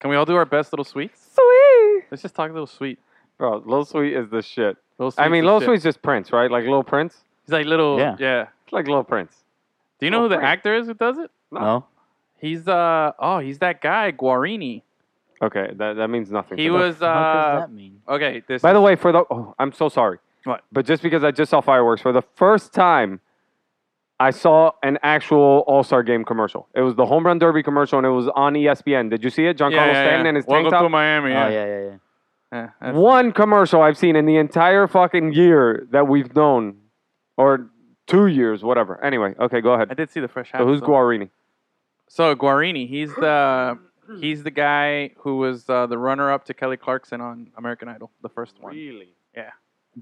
Can we all do our best, Little Sweet? Sweet. Let's just talk Little Sweet. Bro, Lil Sweet is the shit. Little Sweet. I mean, Lil Sweet's just Prince, right? Like Lil Prince. He's like little. Yeah. Yeah. It's like Lil Prince. Do you know who the Little Prince. actor is who does it? No. No. He's uh oh, he's that guy Guarini. Okay, that, that means nothing. He to me. was What does uh that mean? okay. This By the way, for the oh, I'm so sorry. What? But just because I just saw fireworks for the first time, I saw an actual All Star Game commercial. It was the home run derby commercial, and it was on E ESPN. Did you see it? John yeah, Carlos yeah, Stanton yeah. and his Welcome tank top. to Miami. Oh Yeah. yeah, yeah, yeah. Yeah, that's- One commercial I've seen in the entire fucking year that we've known, or two years, whatever. Anyway, okay, go I ahead. did see the fresh. So who's Apple. Guarini? So Guarini, he's the he's the guy who was uh, the runner-up to Kelly Clarkson on American Idol, the first one. Really?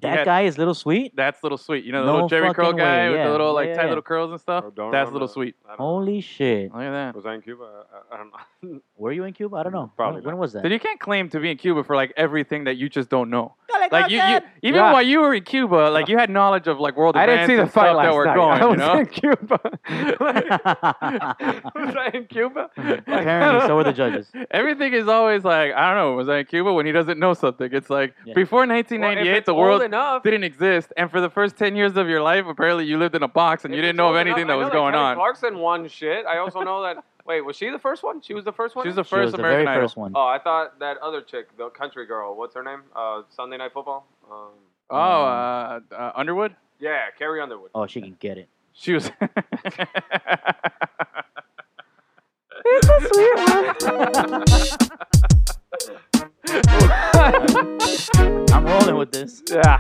That had- guy is Little Sweet. That's little sweet. You know the No little Jerry Curl fucking way, guy with yeah. the little Yeah, like yeah, tight yeah. little curls and stuff. Oh, don't That's little remember that. sweet. Holy shit! Look at Was I in Cuba? I, I don't know. Were you in Cuba? I don't know. Probably When, when not. was that. that? Dude, you can't claim to be in Cuba for like everything that you just don't know. Like you, you you, even Yeah. while you were in Cuba, like you had knowledge of like world I events didn't see the and fight stuff last that were night. going. I you was know, in Cuba. was I in Cuba? Apparently, so were the judges. everything is always like I don't know. Was I in Cuba when he doesn't know something? It's like Yeah. before 1998, the world enough, didn't exist, and for the first 10 years of your life, apparently you lived in a box and you didn't know of anything that was going on. Clarkson won shit. I also know that. Wait, was she the first one? She was the first one. She's the She was first the American very Idol. first one. Oh, I thought that other chick, the country girl. What's her name? Uh, Sunday Night Football. Um, Oh, uh, uh, Underwood. yeah, Carrie Underwood. Oh, she can get it. She was. I'm rolling with this. Yeah.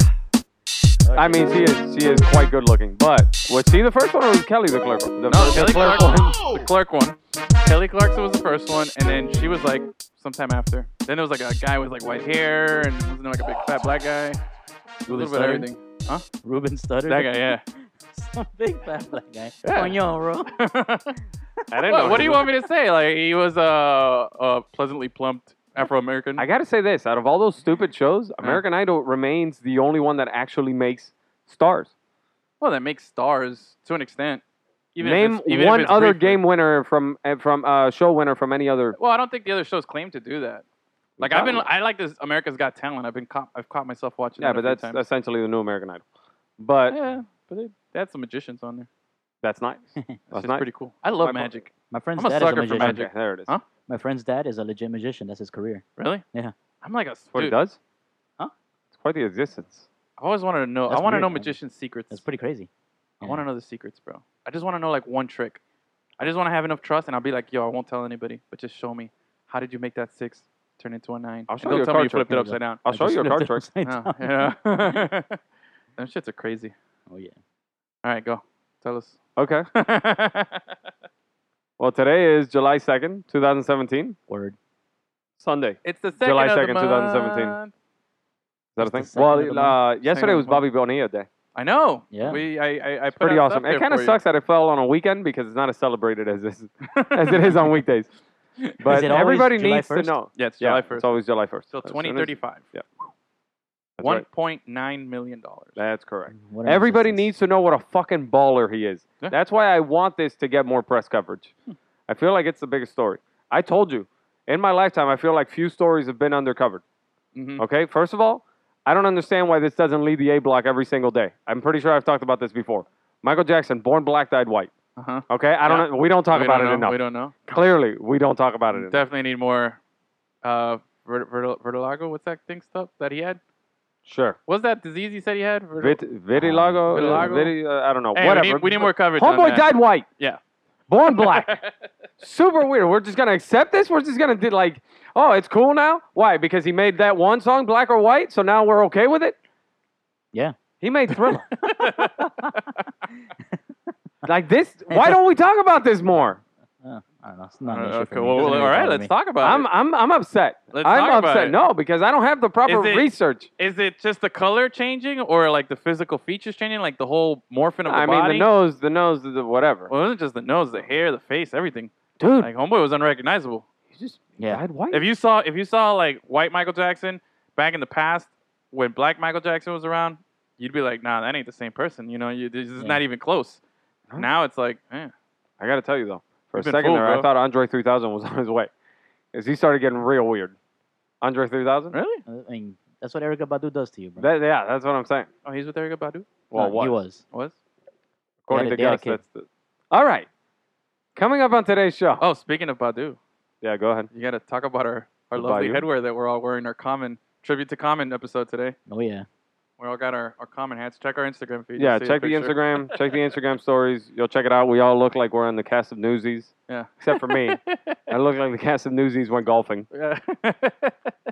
I mean, she is she is quite good looking. But was she the first one, or was Kelly the clerk? The No, first- Kelly the clerk Clarkson. one. The clerk one. Kelly Clarkson was the first one, and then she was like sometime after. Then there was like a guy with like white hair, and wasn't there like a big fat black guy? A little bit of Stutter? everything. Ruben Stutter. That guy, yeah. Some big fat black guy. Yeah. Coño, bro. I didn't know. what, what do you want me to say? Like he was a uh, uh, pleasantly plumped Afro American. I gotta say this: out of all those stupid shows, Uh-huh. American Idol remains the only one that actually makes stars. Well, that makes stars to an extent. Even if Name it's- even if one it's other briefly. game winner from eh, from uh, show winner from any other. Well, I don't think the other shows claim to do that. Like I've been, Exactly. I like this America's Got Talent. I've been, caught, I've caught myself watching. Yeah, that a but few that's times. essentially the new American Idol. But yeah, but they, they had some magicians on there. that's nice. That's That's nice. pretty cool. I love My- magic. My friend's I'm a dad is a sucker for magician. magic. Okay, there it is. Huh? My friend's dad is a legit magician. That's his career. Really? Yeah. I'm like a That's what dude, it does. Huh? It's quite the existence. I always wanted to know. I That's want to weird, know man. magician's secrets. That's pretty crazy. I want to know the secrets, bro. I just want to know like one trick. I just want to have enough trust, and I'll be like, yo, I won't tell anybody, but just show me how did you make that six turn into a nine. I'll And show don't you a tell me you card trick. flipped it upside down. I'll I show just you a flipped card it trick. upside Oh, down. yeah. Them shits are crazy. Oh, yeah. All right, go. Tell us. Okay. Well, today is July second, two thousand seventeen, Word. Sunday. Is it's the second July of the 2nd, 2017. month. that a It's the thing? second of the Well, uh, month. Second yesterday of was the month. Bobby Bonilla Day. I know. Yeah. We, I, I, I put Pretty out awesome. stuff It there kind of for you. sucks that it fell on a weekend because it's not as celebrated as this, as it is on weekdays. But it always everybody July needs to 1st? know. Yeah, it's Yeah, July It's 1st. always July first. Till 2035. That's, right. $1.9 million. That's correct. What an Everybody existence. needs to know what a fucking baller he is. Yeah. Hmm. That's why I want this to get more press coverage. I feel like it's the biggest story. I told you, in my lifetime, I feel like few stories have been undercovered. Mhm. Okay, first of all, I don't understand why this doesn't lead the A block every single day. I'm pretty sure I've talked about this before. Michael Jackson, born black, died white. Uh-huh. Okay, I don't. Yeah. Know, we don't Oh. talk We about don't it know. enough. We don't know. Clearly, we don't talk about it enough. Definitely need more. Uh, Vert- Vert- Vertilago, what's that thing stuff that he had? Sure. What's that disease he said he had? Vertil- Vit, vitiligo. Vitiligo? viti- uh, I don't know. Hey, we Whatever. need- we need more coverage on Homeboy that. died white. Yeah. Born black. Super weird. We're just gonna accept this. We're just gonna do like, oh, it's cool now. Why? Because he made that one song, black or white. So now we're okay with it. Yeah. He made Thriller. like this. Why don't we talk about this more? Uh, I don't know. It's Uh, not an issue okay, for me. well, It doesn't all really right, bother let's me. talk about I'm, it. I'm, I'm upset. Let's I'm talk about upset. it. No, because I don't have the proper it- research. Is it just the color changing or like the physical features changing, like the whole morphing of the I mean, body? the nose, the nose, the whatever. Well, it wasn't just the nose, the hair, the face, everything. Dude, Like Homeboy was unrecognizable. he just Yeah. died white. If you saw, if you saw like white Michael Jackson back in the past when black Michael Jackson was around, you'd be like, nah, that ain't the same person. You know, you, this is Yeah. not even close. Huh? Now it's like, eh. I gotta tell you though, for a You've been second fooled, there, I bro. thought Andre 3000 was on his way. is he started getting real weird. Andre 3000? Really? Uh, I mean, that's what Erica Badu does to you, bro. That, yeah, that's what I'm saying. Oh, he's with Erica Badu. Well, No, what? He was. Was? According They to had a- Gus, they had a that's the... All right. Coming up on today's show. Oh, speaking of Badu, Yeah, go ahead. you got to talk about our our The lovely Badu? headwear that we're all wearing. Our common tribute to common episode today. Oh yeah. We all got our, our common hats. Check our Instagram feed. yeah, You'll see check the picture. Instagram. check the Instagram stories. You'll check it out. We all look like we're on the cast of Newsies. Yeah. Except for me. I look like the cast of Newsies went golfing. Yeah.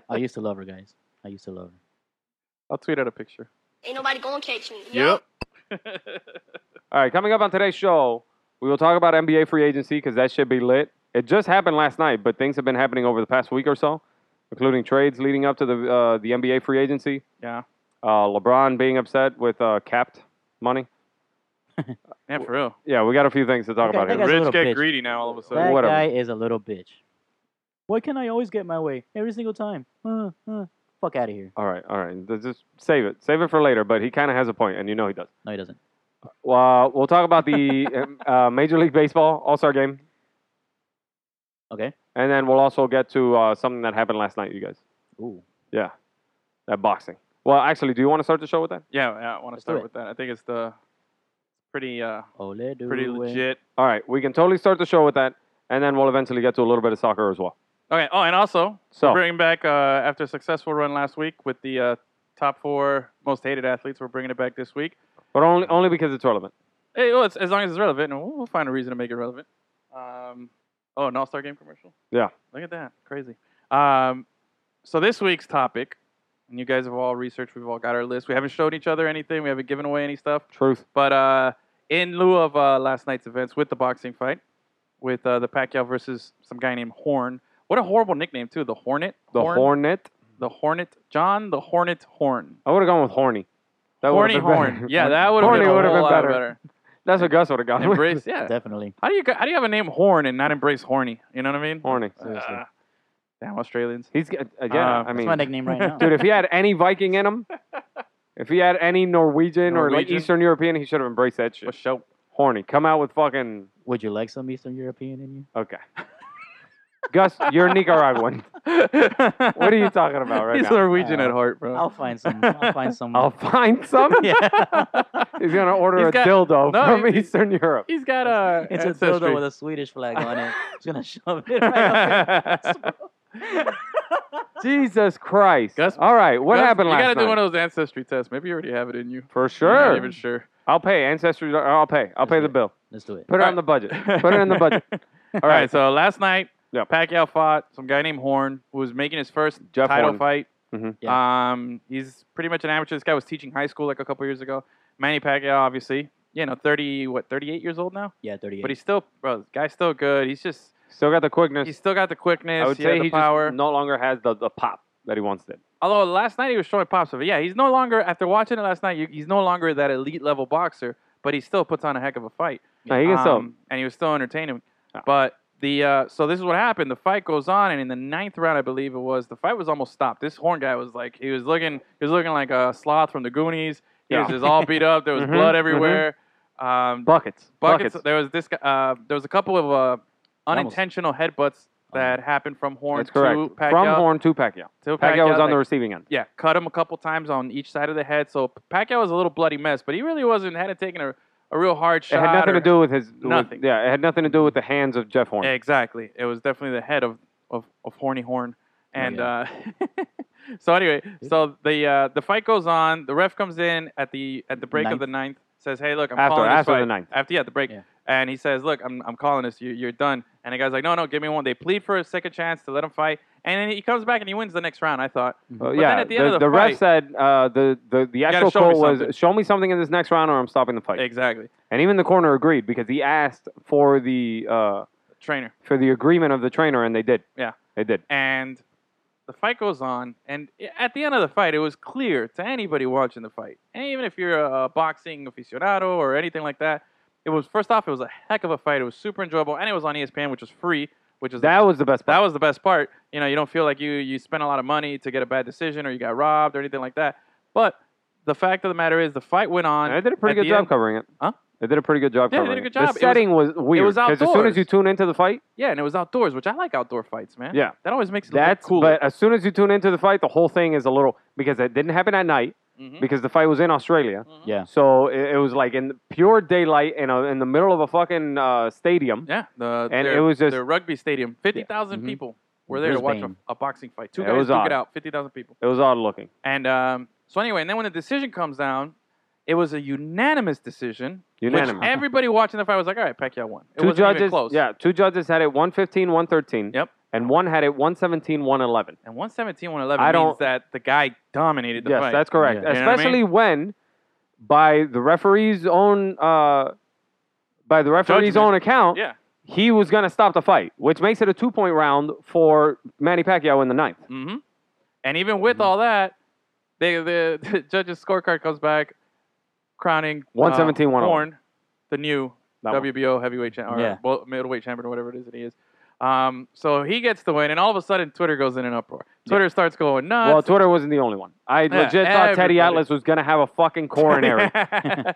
I used to love her, guys. I used to love her. I'll tweet out a picture. Ain't nobody gonna catch me. All right, coming up on today's show, we will talk about NBA free agency because that should be lit. It just happened last night, but things have been happening over the past week or so, including trades leading up to the uh, the NBA free agency. yeah. Uh, LeBron being upset with uh, capped money. Yeah, for real. Yeah, we got a few things to talk Okay, about I here. think That's a Rich little get bitch. greedy now all of a that sudden. whatever. guy is a little bitch. Why can I always get my way every single time? Uh, uh. Fuck out of here. All right, all right. Let's Just save it. Save it for later, but he kind of has a point, and you know he does. No, he doesn't. Well, we'll talk about the uh, Major League Baseball All Star game, Okay. and then we'll also get to uh, something that happened last night, you guys. Ooh. Yeah, that boxing. Well, actually, do you want to start the show with that? Yeah, yeah. I want to Let's do start it. with that. I think it's the pretty uh Ole do pretty it. legit. All right, we can totally start the show with that, and then we'll eventually get to a little bit of soccer as well. Okay. Oh, and also So, bringing back uh, after a successful run last week with the uh, top four most hated athletes. We're bringing it back this week. but only only because it's relevant. Hey, well, it's, as long as it's relevant, and we'll, we'll find a reason to make it relevant. Um, oh, an All Star Game commercial. Yeah. Look at that, crazy. Um, so this week's topic, and you guys have all researched. We've all got our list. We haven't showed each other anything. We haven't given away any stuff. Truth. But uh, in lieu of uh, last night's events with the boxing fight, with uh, the Pacquiao versus some guy named Horn. What a horrible nickname too, the Hornet. The Horn, Hornet. The Hornet. John the Hornet Horn. I would have gone with horny. That would've Horny been better. Horn. Yeah, that would have Horny been, a would've whole been lot better. better. That's what Gus would have gone with. Embrace. Yeah. Definitely. How do you how do you have a name Horn and not embrace Horny? You know what I mean? Horny. Seriously. Ah, damn Australians. He's g- again. Uh, I that's mean, That's my nickname right now. dude, if he had any Viking in him, if he had any Norwegian, or like Norwegian? Eastern European, he should have embraced that shit. What show? Horny. Come out with fucking Would you like some Eastern European in you? okay. Gus, you're Nicaraguan. what What are you talking about right He's now? Norwegian Uh, at heart, bro. I'll find some. I'll find some. I'll find some. yeah. He's gonna order He's a got- dildo No, from he- Eastern Europe. He's got a It's a ancestry. dildo with a Swedish flag on it. He's gonna shove it right up Jesus Christ! Gus- All right, what Gus, happened You last gotta night? do one of those ancestry tests. Maybe you already have it in you. For You're sure, not even sure. I'll pay ancestry. I'll pay. I'll pay the bill. Let's do it. Put it on the budget. Put it in the budget. All right. So last night, Yeah. Pacquiao fought some guy named Horn who was making his first Jeff title Horn. fight. Mhm. Um, he's pretty much an amateur. This guy was teaching high school like a couple years ago. Manny Pacquiao, obviously, you know, thirty what, thirty-eight years old now, Yeah, 38. but he's still, bro, the guy's still good. He's just, Still got the quickness. he's still got the quickness. I would he say had the he power. just no longer has the, the pop that he once did. Although last night he was showing pops of it. Yeah, he's no longer after watching it last night. You, he's no longer that elite level boxer, but he still puts on a heck of a fight. Um, No, he can still- and he was still entertaining. Yeah. But the uh, so this is what happened. The fight goes on, and in the ninth round, I believe it was, the fight was almost stopped. This horn guy was like, he was looking, he was looking like a sloth from the Goonies. He was Yeah. just all beat up. There was Mhm, blood mhm. everywhere. Um, Buckets. buckets. Buckets. There was this. guy- Uh, there was a couple of uh, Almost. unintentional headbutts that happened from Horn Oh. That's correct. to Pacquiao. From Horn to Pacquiao. to Pacquiao was on like, the receiving end. yeah, cut him a couple times on each side of the head. So Pacquiao was a little bloody mess, but he really wasn't hadn't taken a, a real hard It shot. had nothing or- to do with his. with- Nothing. yeah, it had nothing to do with the hands of Jeff Horn. Exactly. It was definitely the head of of, of horny horn. Oh, And uh, so anyway, so the uh, the fight goes on. The ref comes in at the at the break of Ninth. the ninth. Says, hey, look, I'm After- calling after this fight. the ninth. After yeah, the break. Yeah. And he says, look, I'm I'm calling this. You, you're done. And the guy's like, no, no, give me one. They plead for a second chance to let him fight. And then he comes back and he wins the next round. I thought. Uh, But yeah, then at the end of the ref fight- said uh, the, the, the actual show me quote something. was, "Show me something in this next round, or I'm stopping the fight." Exactly. And even the corner agreed because he asked for the uh, Trainer. for the agreement of the trainer, and they did. Yeah. they did. and the fight goes on and at the end of the fight it was clear to anybody watching the fight and even if you're a boxing aficionado or anything like that it was first off it was a heck of a fight it was super enjoyable and it was on E espn which was free which is That was the best. that Part. was the best part you know you don't feel like you you spent a lot of money to get a bad decision or you got robbed or anything like that but the fact of the matter is the fight went on I did a pretty At good the job end- covering it. Huh? They did a pretty good job. Yeah, they did covering a good it. job. It was- The setting was, weird. was 'cause as soon as outdoors. you tune into the fight, Yeah, and it was outdoors, which I like outdoor fights, man. Yeah. that always makes it that's look cool. But as soon as you tune into the fight, the whole thing is a little because it didn't happen at night Mm-hmm. because the fight was in Australia. Mm. Yeah. So it, it was like in pure daylight in a, in the middle of a fucking uh, stadium. yeah, the, And their, it was just- their rugby stadium, fifty thousand Mhm. people were there to watch a, Brisbane. a boxing fight. Two It guys was took odd. it out, fifty thousand people. It was odd looking. And um, so anyway, and then when the decision comes down, it was a unanimous decision. which Unanimous. everybody watching the fight was like, "All right, Pacquiao won." It two wasn't even judges, close. yeah, two judges had it 115, 113. Yep. And one had it 117, 111. And 117, 111 I means don't- that the guy dominated the yes, fight. that's correct. Yeah. You know what I Especially when, by the referee's own, uh, by the referee's Judgment. own account, yeah. he was going to stop the fight, which makes it a two point round for Manny Pacquiao in the ninth. hmm And even Mm-hmm. with all that, they, the, the judge's scorecard comes back crowning 117, uh, 101. Horn, the new That one. WBO heavyweight champ or Yeah. bo- middleweight champion or whatever it is that he is. Um, so he gets the win, and all of a sudden, Twitter goes in an uproar. Twitter starts going Well, nuts. Twitter wasn't the only one. I legit thought everybody. Teddy Atlas was going to have a fucking coronary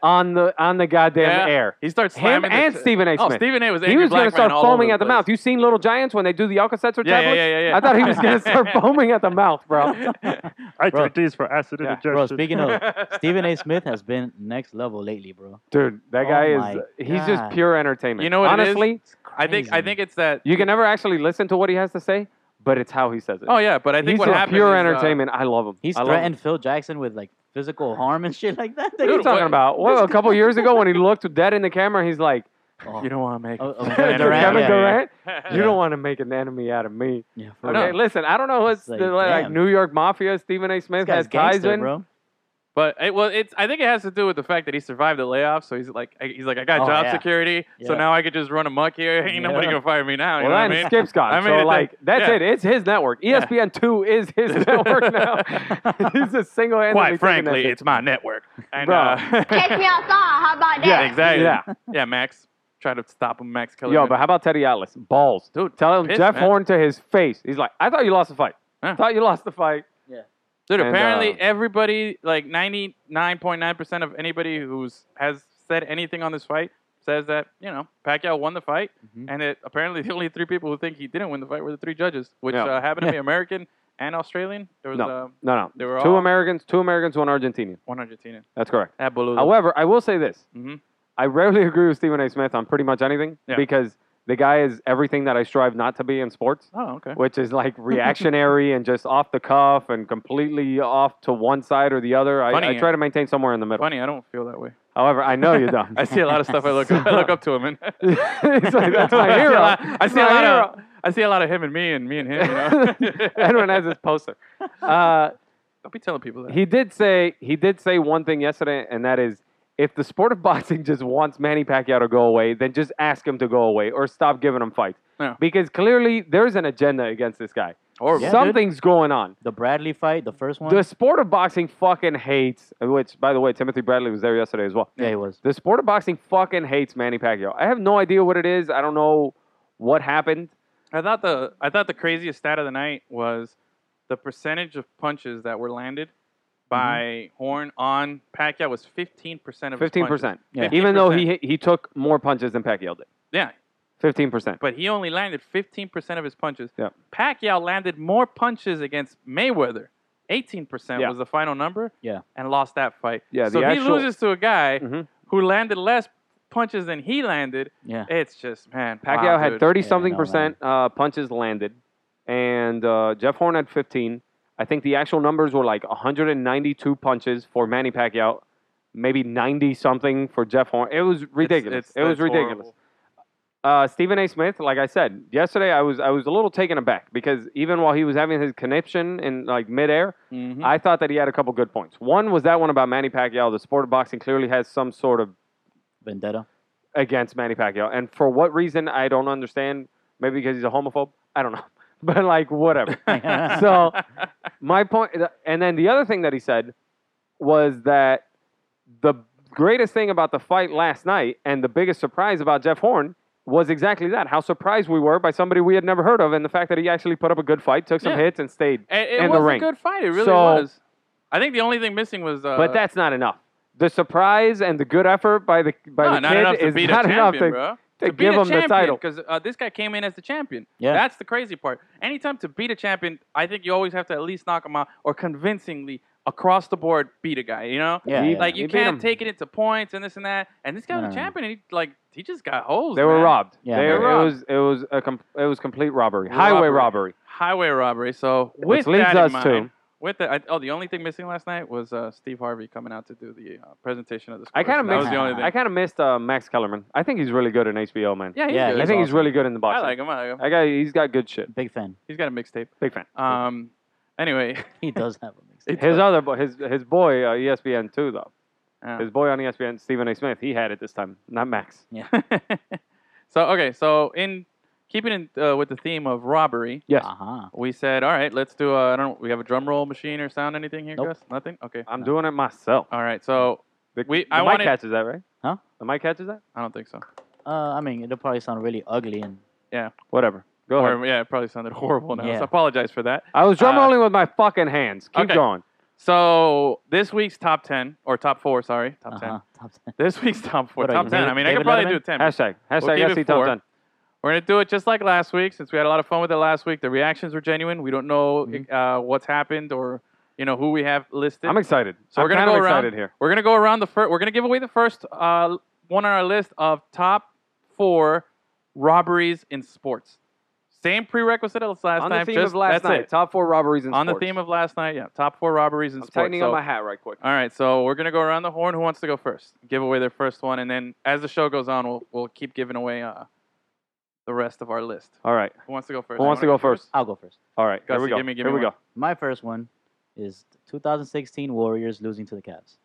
on the on the goddamn Yeah. air. he starts Him slamming the- and Stephen A. Smith. Oh, Stephen A. was he angry was black going to start man all over foaming at the place. mouth. You seen Little Giants when they do the Alka-Seltzer Yeah, yeah, tablets? yeah, yeah. I thought he was going to start foaming at the mouth, bro. I Bro. took these for acid Yeah. indigestion. Bro, speaking of Stephen A. Smith has been next level lately, bro. Dude, that Oh guy my is he's just God. pure entertainment. You know what it is? Honestly, I think I Crazy. think it's that. you can never actually listen to what he has to say, but it's how he says it. Oh yeah, but I think he's what a happened pure is, uh, entertainment. I love him. He's I love him. threatened Phil Jackson with like physical harm and shit like that. What are you Dude, talking what- about? Well, a couple years ago when he looked dead in the camera, he's like, Oh, you don't want to make. Oh, oh, an Kevin enemy. Kevin yeah. Durant, you Yeah. don't want to make an enemy out of me. yeah, for Okay, real. listen, I don't know what's It's like, the, like damn. New York Mafia. Stephen A. This Smith guy's has ties gangster, in. bro. But it, well, it's I think it has to do with the fact that he survived the layoff, so he's like I- he's like I got Oh, job yeah. security, so Yeah. now I could just run amok here. Ain't nobody Yeah. gonna fire me now. You Well, know that what I mean? Skip's gone. I made it so, that- like, that's yeah. it. It's his network. E Yeah. ESPN2 is his network now. He's a single handedly. Quite frankly, it's my network. And, Bro. uh, Catch me outside. How about that? yeah, exactly. Yeah. Yeah. Max, try to stop him, Max Kellerman. Yo, but how about Teddy Atlas? Balls. Dude, Tell him pissed, Jeff man. Horn to his face. He's like, I thought you lost the fight. Yeah. thought you lost the fight. Dude, And, apparently uh, everybody, like 99.9% of anybody who's has said anything on this fight says that, you know, Pacquiao won the fight. Mm-hmm. Mhm. And it, apparently the only three people who think he didn't win the fight were the three judges, which Yeah. uh, happened to be American and Australian. There was No. uh, No, no. they were Two all Americans, two Americans, one Argentinian. one Argentinian. That's correct. That blew them. However, I will say this. Mhm. I rarely agree with Stephen A. Smith on pretty much anything Yeah. because the guy is everything that I strive not to be in sports. Oh, okay. which is like reactionary and just off the cuff and completely off to one side or the other. I, Funny. eh? I try to maintain somewhere in the middle. Funny, I don't feel that way. However, I know you don't. I see a lot of stuff I look up, I look up to him in. It's like, that's I my see a hero. lot, I That's see a my lot hero. of I see a lot of him and me and me and him. You know? Everyone has his poster. Uh, don't be telling people that. he did say he did say one thing yesterday, and that is, if the sport of boxing just wants Manny Pacquiao to go away, then just ask him to go away or stop giving him fights. Yeah. Because clearly there's an agenda against this guy. Horrible. Yeah, dude. Something's going on. The Bradley fight, the first one. The sport of boxing fucking hates, which, by the way, Timothy Bradley was there yesterday as well. yeah, he was. The sport of boxing fucking hates Manny Pacquiao. I have no idea what it is. I don't know what happened. I thought the I thought the craziest stat of the night was the percentage of punches that were landed by Horn on Pacquiao was 15% of his Mm-hmm. Fifteen punches. percent, Yeah. even though 15%. he he took more punches than Pacquiao did. Yeah, Fifteen percent. but he only landed 15% of his punches. Yeah. Pacquiao landed more punches against Mayweather. 18% Yeah. was the final number. Yeah. And lost that fight. Yeah, so the he actual- loses to a guy Mhm. who landed less punches than he landed. Yeah. It's just man. Pacquiao wow, had dude. thirty Yeah, something no, percent uh, punches landed, and uh, Jeff Horn had fifteen. I think the actual numbers were like 192 punches for Manny Pacquiao, maybe 90 something for Jeff Horn. It was ridiculous. It's- it was it's ridiculous. horrible. uh, Stephen A. Smith, like I said yesterday, I was I was a little taken aback because even while he was having his conniption in like midair, Mhm. I thought that he had a couple good points. One was that one about Manny Pacquiao. The sport of boxing clearly has some sort of Vendetta. against Manny Pacquiao, and for what reason I don't understand. Maybe because he's a homophobe. I don't know, but like whatever. so my point, and then the other thing that he said was that the greatest thing about the fight last night and the biggest surprise about Jeff Horn was exactly that how surprised we were by somebody we had never heard of and the fact that he actually put up a good fight, took some Yeah. hits, and stayed It, it in was the ring. a good fight. It really So- was. I think the only thing missing was. Uh, but that's not enough. the surprise and the good effort by the by No, the not kid enough to is beat not a enough champion, to, bro. to give him the title. because uh, this guy came in as the champion. Yeah. that's the crazy part. Anytime to beat a champion, I think you always have to at least knock him out or convincingly across the board beat a guy. You know, Yeah, yeah. like He you beat him. can't take it into points and this and that. And this guy was No. a champion, and he like he just got holes. They were man. robbed. Yeah, they, they were it robbed. was it was a com- it was complete robbery, highway robbery. Highway robbery. So with Which leads that us in mind, to- With the, I, oh, the only thing missing last night was uh, Steve Harvey coming out to do the uh, presentation of the. I scores. kind of That was missed. the only thing. I kind of missed uh, Max Kellerman. I think he's really good in HBO, man. yeah, he's Yeah, good. I he's think he's awesome. really good in the box. I like him. I like him. I got, he's got good shit. Big fan. He's got a mixtape. Big fan. Um. Anyway. He does have a mixtape. his other boy, his his boy, uh, ESPN too though. Yeah. His boy on E ESPN, Stephen A. Smith. He had it this time, not Max. so okay, so in keeping in uh, with the theme of robbery, Yes, Uh-huh. we said, all right, let's do. I I don't. We have a drum roll machine or sound anything here, Nope. Gus? Nothing. Okay. I'm doing it myself. All right. So The, Uh, We- the I mic wanted- catches that, right? Huh? The mic catches that. I don't think so. Uh, I mean, it'll probably sound really ugly and Whatever. Go ahead. Or, yeah, it probably sounded horrible now. Yeah. So I apologize for that. I was drum Uh, rolling with my fucking hands. Keep okay. going. So this week's top ten or top four, sorry, top uh-huh. ten. Top ten. This week's top four, What are top you, ten. David- I mean, I could David probably Letterman? do 10 Hashtag hashtag keep it SC top four. ten. We're gonna do it just like last week, since we had a lot of fun with it last week. The reactions were genuine. We don't know uh, what's happened or you know who we have listed. Mm-hmm. I'm excited. So I'm we're gonna kind of go around. excited here. We're gonna go around the first. We're gonna give away the first uh, one on our list of top four robberies in sports. Same prerequisite as last on time. the theme just- of last that's night, it. top four robberies in On the sports. theme of last night, yeah. Top four robberies in I'm sports. tightening So- up my hat right quick. all right, so we're gonna go around the horn. Who wants to go first? Give away their first one, and then as the show goes on, we'll we'll keep giving away uh, the rest of our list. All right. Who wants to go first? Who You wants to wanna go first? I'll go first. All right. Here Gussie, we go. give me- give Here me we one. go. My first one is 2016 Warriors losing to the Cavs.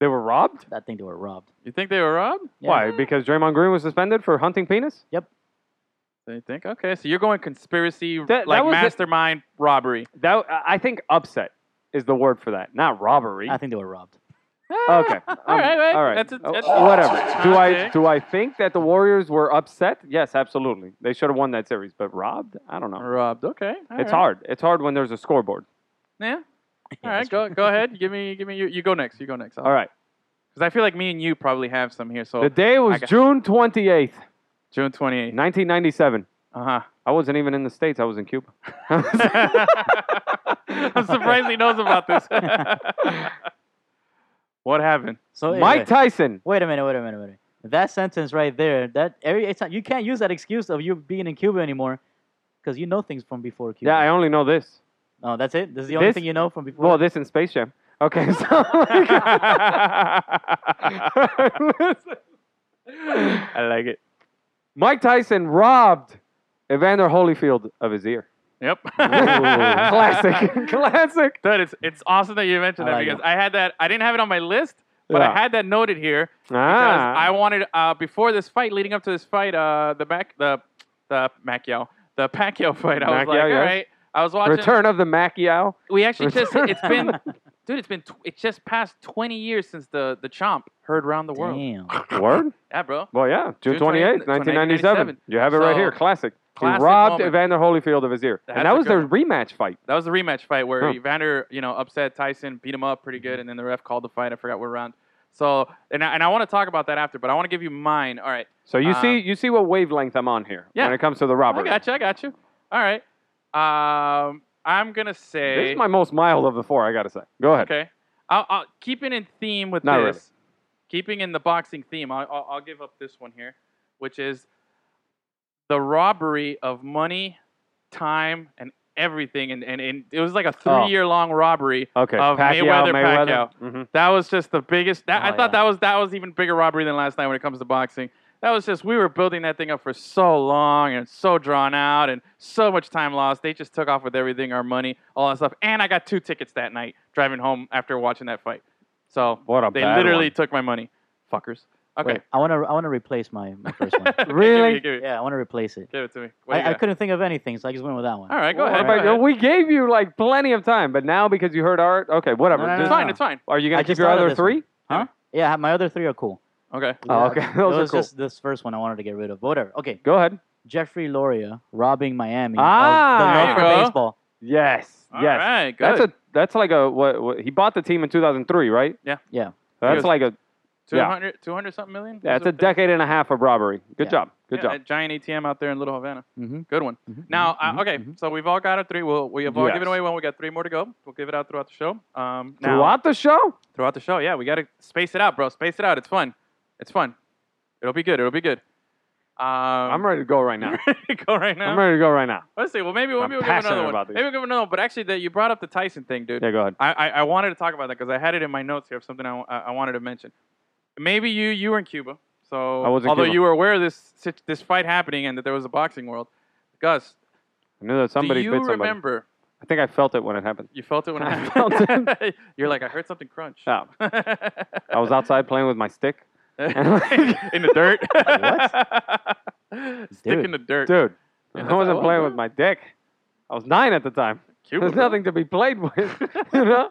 They were robbed. I think they were robbed. You think they were robbed? Yeah. Why? Because Draymond Green was suspended for hunting penis. They think okay. So you're going conspiracy, that like was the- mastermind robbery. That I I think upset is the word for that, not robbery. I think they were robbed. Okay. all Um, right, right. All right. That's a, that's Oh, whatever. Do I Okay. do I think that the Warriors were upset? Yes, absolutely. They should have won that series, but robbed? I don't know. Robbed. Okay. all It's right. hard. It's hard when there's a scoreboard. Yeah. All that's right. Go go ahead. Give me give me you. You go next. You go next. All right. Because I feel like me and you probably have some here. So The day Oh, I was got- June 28th, June 28th. 1997. Uh I wasn't even in the states. I was in Cuba. huh. I'm surprised he knows about this. what happened? So anyway, Mike Tyson. wait a minute. Wait a minute. Wait a minute. That sentence right there. That every it's not, you can't use that excuse of you being in Cuba anymore, because you know things from before Cuba. Yeah, I only know this. No, that's it. This is the only This- thing you know from before. Well, this in Space Jam. Okay, so I like it. Mike Tyson robbed Evander Holyfield of his ear. Yep. Classic, classic. Dude, it's it's awesome that you mentioned I that like because I had that. I didn't have it on my list, but Yeah. I had that noted here. because Ah, I wanted uh, before this fight, leading up to this fight, uh, the back the the Pacquiao the Pacquiao fight. I Pacquiao, was like, all yes. right. I was watching. Return of the Macchiao. We actually just Return. it's been dude, it's been tw- it's just past twenty years since the the chomp heard around the world. Damn. Word? Yeah, bro. Well, yeah, June June 20 28th, 1997. You have it right So, here. Classic. classic he robbed moment. Evander Holyfield of his ear. That's and that a was good their rematch fight. That was the rematch fight where Huh. Evander, you know, upset Tyson, beat him up pretty Mm-hmm. good, and then the ref called the fight. I forgot what round. So and I, and I want to talk about that after, but I want to give you mine. All right. So you Uh, see you see what wavelength I'm on here Yeah. when it comes to the robbery. I got you. I got you. All right. Um, I'm gonna say This is my most mild of the four, I got to say. Go ahead. Okay. I'll, I'll keeping in theme with Not this. really. Keeping in the boxing theme, I'll, I'll, I'll give up this one here, which is the robbery of money, time, and everything. And, and, and it was like a Oh. three year long robbery. Okay. Of Pacquiao, Mayweather, Mayweather. Mhm. That was just the biggest. That, I Oh, thought yeah. that was that was even bigger robbery than last night when it comes to boxing. That was just we were building that thing up for so long and so drawn out and so much time lost. They just took off with everything, our money, all that stuff. And I got two tickets that night driving home after watching that fight. So What a they bad literally one. took my money, fuckers. Okay, Wait, I wanna I wanna replace my, my first one. Give it- Really? Give it, give it, yeah, I wanna replace it. give it to me. What do you I, I got? couldn't think of anything, so I just went with that one. all right, go What ahead. about- go ahead. we gave you like plenty of time, but now because you heard our okay, whatever. No, no, no, It's Just- no. fine. It's fine. Are you I gonna keep just your thought of other this one. three? Huh? Yeah, my other three are cool. Okay. Oh, Yeah, okay. Those are was cool. just this first one I wanted to get rid of. But whatever. Okay. Go ahead. Jeffrey Loria robbing Miami Ah, there you of the love go. for baseball. Yes. All yes. right, That's good. a that's like a what, what he bought the team in 2003, right? Yeah. That's Yes. like a 200, 200 something million? that's a decade and a half of robbery. Good Yeah. job. Good Yeah, job. that giant ATM out there in Little Havana. Mm-hmm. Good one. Mhm, Now, mhm, uh, okay, mhm. so we've all got our three. We'll, we have all Mm-hmm. Yes. given away one. We got three more to go. We'll give it out throughout the show. Um, now, Oh. Throughout the show, Throughout the show, yeah, we got to space it out, bro. Space it out. It's fun. It's fun. It'll be good. It'll be good. Um, I'm ready to go right now. ready to go right now. I'm ready to go right now. Let's see. Well, maybe, I'm maybe we'll give passionate another one. about this. Maybe we'll give another one. But actually, that you brought up the Tyson thing, dude. Yeah, go ahead. I, I, I wanted to talk about that because I had it in my notes here of something I, wa- I I wanted to mention. Maybe you you were in Cuba, so I was in although Cuba. you were aware of this sit- this fight happening and that there was a boxing world, Gus, I knew that somebody do you bit somebody. remember? I think I felt it when it happened. You felt it when it I Ah. happened. You're like, I heard something crunch. Yeah. I was outside playing with my stick. in the dirt. what? Stick Dude. in the dirt. Dude, Yeah, I that's wasn't how it playing was, with my dick. I was nine at the time. Cuba, There's bro. nothing to be played with, you know?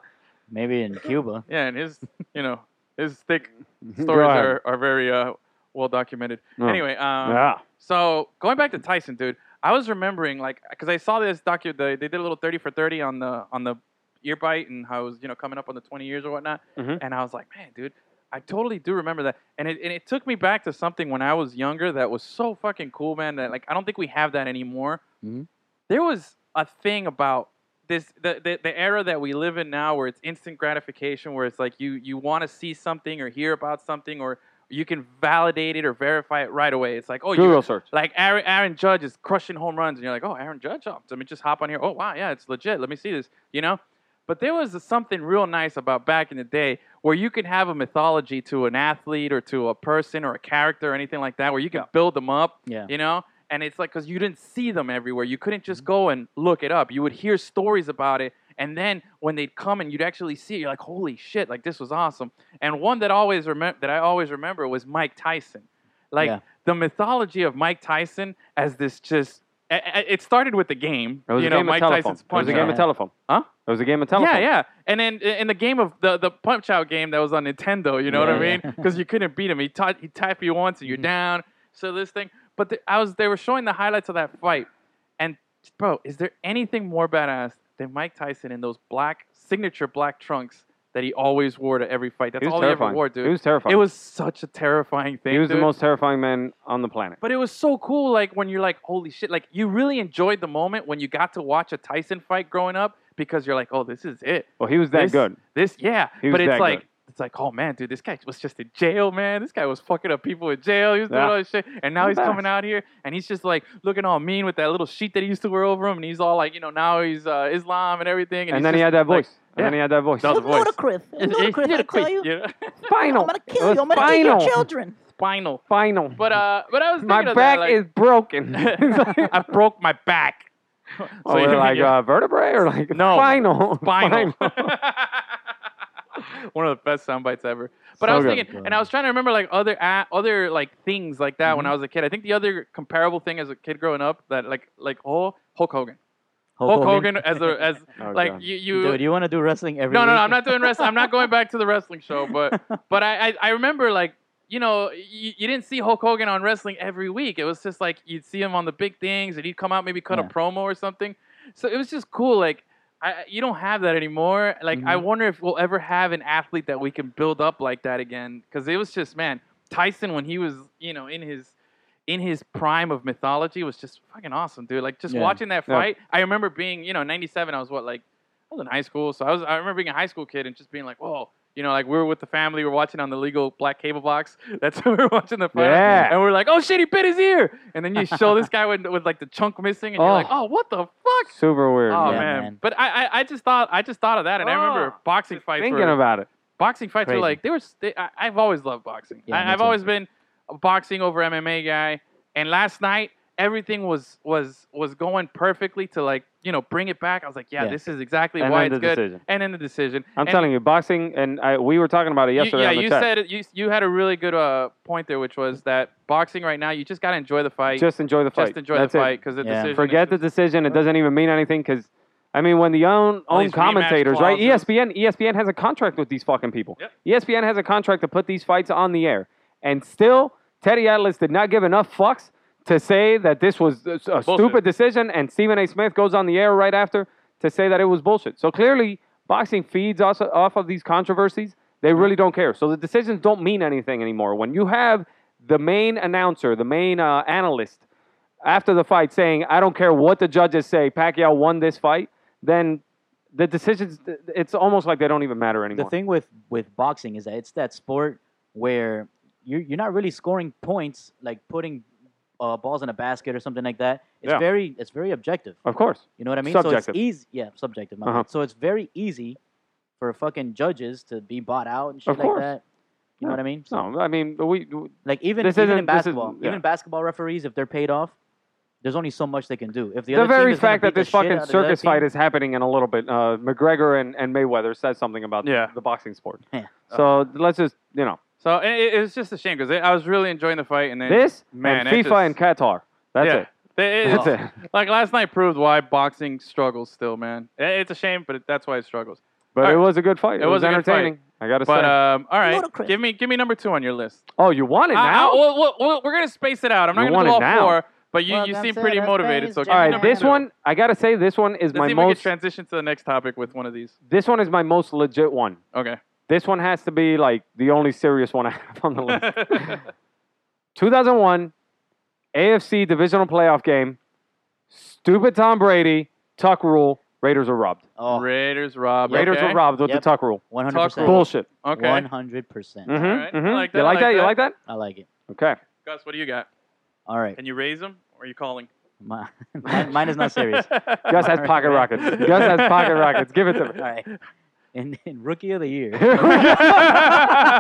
Maybe in Cuba. Yeah, and his, you know, his stick Go stories ahead. are, are very uh, well documented. Oh. Anyway, um, yeah. So going back to Tyson, dude, I was remembering like because I saw this docu. They, they did a little thirty for thirty on the on the ear bite and how it was you know coming up on the twenty years or whatnot. Mhm. And I was like, man, dude, I totally do remember that. And it and it took me back to something when I was younger that was so fucking cool, man. That like I don't think we have that anymore. Mhm. There was a thing about this the, the the era that we live in now where it's instant gratification where it's like you you want to see something or hear about something or you can validate it or verify it right away it's like oh you Google search. like Aaron, Aaron Judge is crushing home runs, and you're like, oh, Aaron Judge, oh, let me just hop on here. Oh, wow, yeah, it's legit. Let me see this, you know. But there was something real nice about back in the day where you could have a mythology to an athlete or to a person or a character or anything like that, where you could build them up, Yeah. you know. And it's like because you didn't see them everywhere, you couldn't just Mm-hmm. go and look it up. You would hear stories about it, and then when they'd come and you'd actually see it, you're like, holy shit, like this was awesome. And one that always remember that I always remember was Mike Tyson, like Yeah. the mythology of Mike Tyson as this just. a- a- It started with the game, It was you a know, game Mike of telephone. Tyson's It was punch a game out. of telephone. Huh? It was a game of telephone. Yeah, yeah. And then in the game of the, the punch out game that was on Nintendo, you know what Yeah, I mean? Because you couldn't beat him. He taught he tap you once Mm-hmm. and you're down. So this thing, but the, I was they were showing the highlights of that fight, and bro, is there anything more badass than Mike Tyson in those black signature black trunks that he always wore to every fight? That's He was all he terrifying. ever wore, dude. He was terrifying. It was such a terrifying thing. He was the dude. most terrifying man on the planet. But it was so cool, like when you're like, holy shit, like you really enjoyed the moment when you got to watch a Tyson fight growing up because you're like, oh, this is it. Well, he was that this, good. This, yeah. He was But that it's good. like, it's like, oh man, dude, this guy was just in jail, man. This guy was fucking up people in jail. He was doing Yeah. all this shit, and now he's Badass. coming out here and he's just like looking all mean with that little sheet that he used to wear over him, and he's all like, you know, now he's uh, Islam and everything. And, he's then he just had that like- voice. and then yeah. he had that voice. That was a voice. Ludicrous. Ludicrous, I tell you. you know? Spinal. I'm going to It kill was you. I'm going to eat spinal. your children. Spinal. Spinal. But uh, but I was thinking my of back that, like, is broken. I broke my back. So Oh, they're you- like you- uh, vertebrae or like No. spinal. Final. One of the best sound bites ever. But I So was good. thinking, and I was trying to remember like other a other like things like that when I was a kid. I think the other comparable thing as a kid growing up that like like oh Hulk Hogan, Hulk, Hogan. as a as Oh, like God. you you. Dude, you want to do wrestling every no, no, no, week? I'm not doing wrestling. I'm not going back to the wrestling show, but but I I, I remember like you know you, you didn't see Hulk Hogan on wrestling every week. It was just like you'd see him on the big things, and he'd come out maybe cut a Yeah. promo or something. So it was just cool. Like I you don't have that anymore. Like Mm-hmm. I wonder if we'll ever have an athlete that we can build up like that again. Because it was just man Tyson when he was you know in his in his prime of mythology was just fucking awesome, dude. Like just Yeah. watching that Yeah. fight, I remember being, you know, '97. I was what, like, I was in high school, so I was. I remember being a high school kid and just being like, whoa, you know, like we were with the family, we are watching on the legal black cable box. That's when we were watching the fight, Yeah. and we are like, oh shit, he bit his ear, and then you show this guy with, with like the chunk missing, and Oh. you're like, oh, what the fuck? Super weird. Oh Yeah, man. man. man. but I, I, I just thought, I just thought of that, and I remember Oh, boxing fights. Thinking were, about it. boxing fights Crazy. were like they were. They, I, I've always loved boxing. Yeah, me I, I've too. always been a boxing over MMA guy. And last night everything was was was going perfectly to like you know bring it back. I was like, yeah, Yeah. this is exactly And why then it's the good. decision. And in the decision, I'm telling you, boxing, and I, we were talking about it yesterday yeah, on the you chat. said it, you you had a really good uh, point there, which was that boxing right now you just gotta enjoy the fight. just enjoy the fight. Just enjoy That's the it. fight because the Yeah. decision. Forget the is just- decision. It doesn't even mean anything because, I mean, when the own All own these rematch commentators, right? clauses. ESPN, ESPN has a contract with these fucking people. E Yep. ESPN has a contract to put these fights on the air, and still, Teddy Atlas did not give enough fucks to say that this was a, a stupid decision. And Stephen A. Smith goes on the air right after to say that it was bullshit. So clearly, boxing feeds us off of these controversies They really don't care. So the decisions don't mean anything anymore. When you have the main announcer, the main uh, analyst, after the fight saying, "I don't care what the judges say, Pacquiao won this fight," then the decisions. It's almost like they don't even matter anymore. The thing with with boxing is that it's that sport where you're you're not really scoring points like putting uh, balls in a basket or something like that. It's Yeah. very it's very objective. of course. You know what I mean? So Subjective. it's easy. Yeah, subjective. my Uh-huh. bad. So it's very easy for fucking judges to be bought out and shit Of like course. that. You know Yeah. what I mean? So, No, I mean we. like even This even in isn't- this basketball, isn't- yeah. even basketball referees, if they're paid off, there's only so much they can do. If the, The other team very is gonna fact that beat the this shit fucking out of the other circus fight team- is happening in a little bit, uh, McGregor and, and Mayweather says something about Yeah. the boxing sport. Yeah. So let's just, you know, So i- i- it, it's just a shame because I was really enjoying the fight, and then this man, and FIFA that just- and Qatar. That's yeah. it. They- it- That's it's- it. Like last night proved why boxing struggles still, man. I- It's a shame, but it- that's why it struggles. But All it right. was a good fight. It, It was a good fight. entertaining. I gotta But say. um, all right, Ludicrous. give me give me number two on your list. oh, you want it I- I- now? we'll- we'll- we'll- we're gonna space it out. I'm not You gonna want do it all now. four, but you, Well, you that's seem it, pretty that's motivated. it, So it's give all me just- right, number this two. one I gotta say, this one is Let's my see if we can most. transition to the next topic with one of these. This one is my most legit one. Okay. This one has to be like the only serious one I have on the list. 2001 AFC divisional playoff game. Stupid Tom Brady tuck rule. Raiders are robbed. oh, Raiders robbed. Raiders okay. are robbed with Yep. the tuck rule. 100%. Bullshit. Okay. 100%. Mm-hmm. right. I hmm like that, you I like like that? You that. like that? I like it. Okay. Gus, what do you got? All right. Can you raise them? Or are you calling? My, mine, mine is not serious. Gus has pocket rockets. Gus has pocket rockets. Give it to me. All right. In, in Rookie of the Year, Here we go. okay,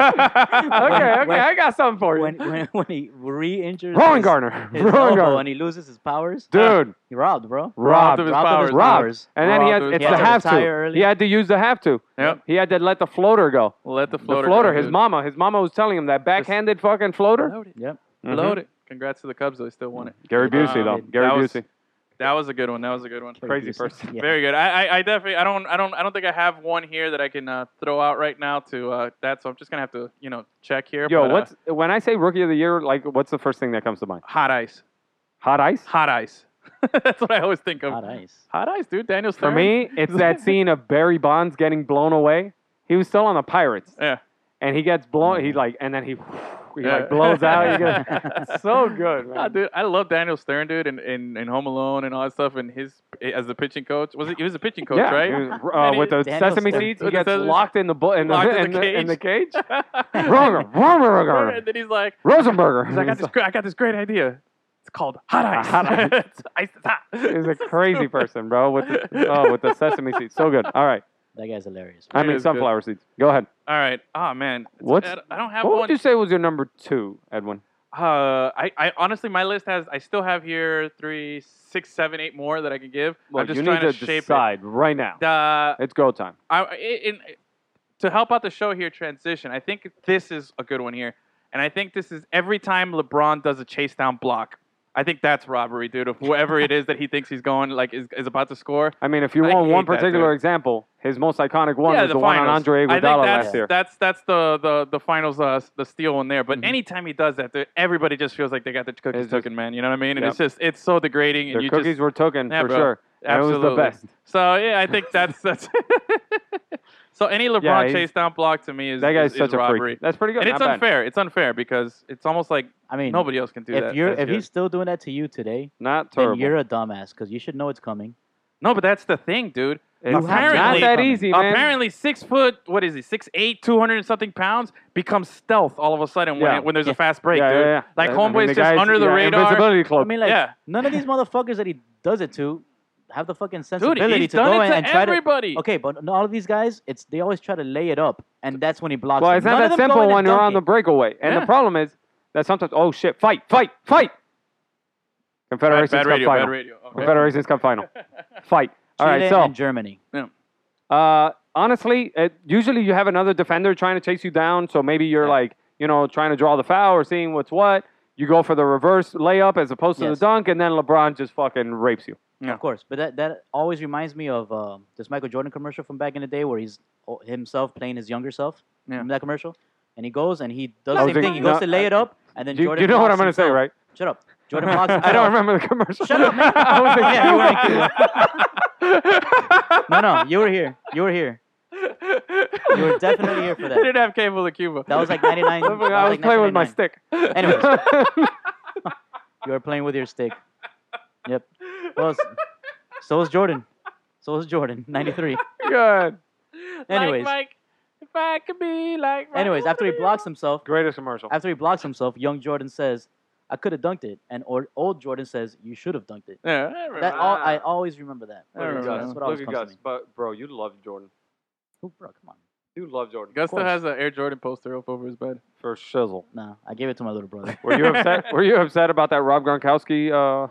okay, when- I got something for you. when, when, when he re injures Rowan his, Garner. his Rowan elbow Garner. and he loses his powers, Dude, he robbed, bro. Robbed robbed. of his Robbed of powers. his Robbed. powers. And then he Robbed had, of his it's powers. the have to. Retire early. He had to use the have to. Yep. He had to let the floater go. Let the The floater. floater, go, his dude. mama, his mama was telling him that backhanded fucking floater. Load it. Yep. Mhm. Load it. Congrats to the Cubs. though. They still won it. Gary Busey Um, though. that Gary was- Busey. That was a good one. That was a good one. Crazy Busey. person. Yeah. Very good. I, I, I definitely I don't I don't I don't think I have one here that I can uh, throw out right now to uh, that. So I'm just gonna have to you know check here. Yo, but, uh, what's when I say rookie of the year? Like, what's the first thing that comes to mind? hot ice? Hot ice. Hot ice. That's what I always think of. Hot ice. Hot ice, dude. Daniel For Stern. me, it's that scene of Barry Bonds getting blown away. He was still on the Pirates, Yeah. and he gets blown. He like, and then he, he Yeah. like blows out. He goes, so good, Nah, man. dude, I love Daniel Stern, dude, and in, in Home Alone and all that stuff, and his eh, as the pitching coach was it, he was a pitching coach, yeah, right? he was, uh, And he- with the Daniel sesame Stern. seeds, he With the gets sesame- locked in the bu- in Locked the, in in, the the, in the cage. Rosenberger. Rosenberger, Rosenberger, and then he's like, Rosenberger. he's like, I got this, gr- I got this great idea. It's called hot ice. Hot ice. It's ice that's hot. He's a crazy person, bro. With the, oh, with the sesame seeds, so good. All right, That guy's hilarious. It I mean is good. sunflower seeds. Go ahead. All right. Oh man. It's- What's- I don't- I don't have What one. would you say was your number two, Edwin? Uh, I, I honestly, my list has. I still have here three, six, seven, eight more that I can give. Look, I'm just you trying need to, shape decide right now. it. Uh, It's go time. I, I- in, to help out the show here, transition. I think this is a good one here, and I think this is every time LeBron does a chase down block. I think that's robbery, dude. Of whoever it is that he thinks he's going, like is, is about to score. I mean, if you I want hate one that, particular dude. example, his most iconic one yeah, was the, the, one on finals. Andre I think Iguodala that's, last year. That's that's the the the finals uh, the steal one there. But anytime he does that, dude, everybody just feels like they got their cookies It's Mm-hmm. just- taken, man. You know what I mean? And Yep. it's just it's so degrading. And Their you cookies just, were taken Yeah, for bro. sure. And It was the Absolutely. best. So yeah, I think that's that's. so any LeBron Yeah, he's- chase down block to me is That guy's is, is such a robbery. freak. That's pretty good. And Not it's bad. unfair. It's unfair because it's almost like I mean, nobody else can do if that. you're That's if good. he's still doing that to you today, Not then terrible. you're a dumbass because you should know it's coming. no, but that's the thing, dude. it's not apparently- that easy, man. Apparently, six foot, what is he, six eight, two hundred and something pounds, becomes stealth all of a sudden when, Yeah. it- when there's Yeah. a fast break, yeah, dude. yeah, yeah. Like, I mean, homeboy's the just guy's- under the yeah, radar. Invisibility I cloak. mean, like Oh, Yeah. none of these motherfuckers that he does it to have the fucking Dude, sensibility he's to go done in it to and try to. everybody. Okay, but all of these guys, it's they always try to lay it up, and that's when he blocks. Well, it. it's not None of that them go simple in when and you're dunk on the it. breakaway. And Yeah. the problem is that sometimes, oh shit, fight, fight, fight. Bad, Confederations bad Cup radio, bad final. radio. Okay. Confederations Cup final. Fight. All Chile right, so and Germany. Uh, honestly, it, usually you have another defender trying to chase you down. So maybe you're like, you know, trying to draw the foul or seeing what's what. You go for the reverse layup as opposed to Yes. the dunk, and then LeBron just fucking rapes you. Yeah. Of course, but that, that always reminds me of um this Michael Jordan commercial from back in the day where he's o- himself playing his younger self. Yeah. Remember that commercial? And he goes and he does I was the same thing. thinking- He goes no, uh, to lay it up, and then Do you, Jordan. you know what I'm blocks going to say, himself. right? Shut up. Jordan blocks. I don't himself. remember the commercial. Shut up, man. I was like, Yeah, you you weren't No, no, you were here. You were here. You were definitely here for I that. didn't have cable to Cuba. That was like 99. that I was like playing with my 1999. stick. Anyways. You were playing with your stick. Yep. Well, s- so was Jordan. So was Jordan. 93. Good. Like Anyways. Mike, if I could be like. Mike, Anyways, I after he would be blocks himself, Greatest commercial. after he blocks himself, young Jordan says, "I could have dunked it," and or, old Jordan says, "You should have dunked it." like- Yeah, I remember That all, I Ah. always remember that. I remember That's that. what always Look at comes Gus. to me. But, bro, you love Jordan. Who- bro, come on. You love Jordan. Gus still course. has an Air Jordan poster up over his bed. For shizzle. Nah, I gave it to my little brother. Were you upset? Were you upset about that Rob Gronkowski? Uh,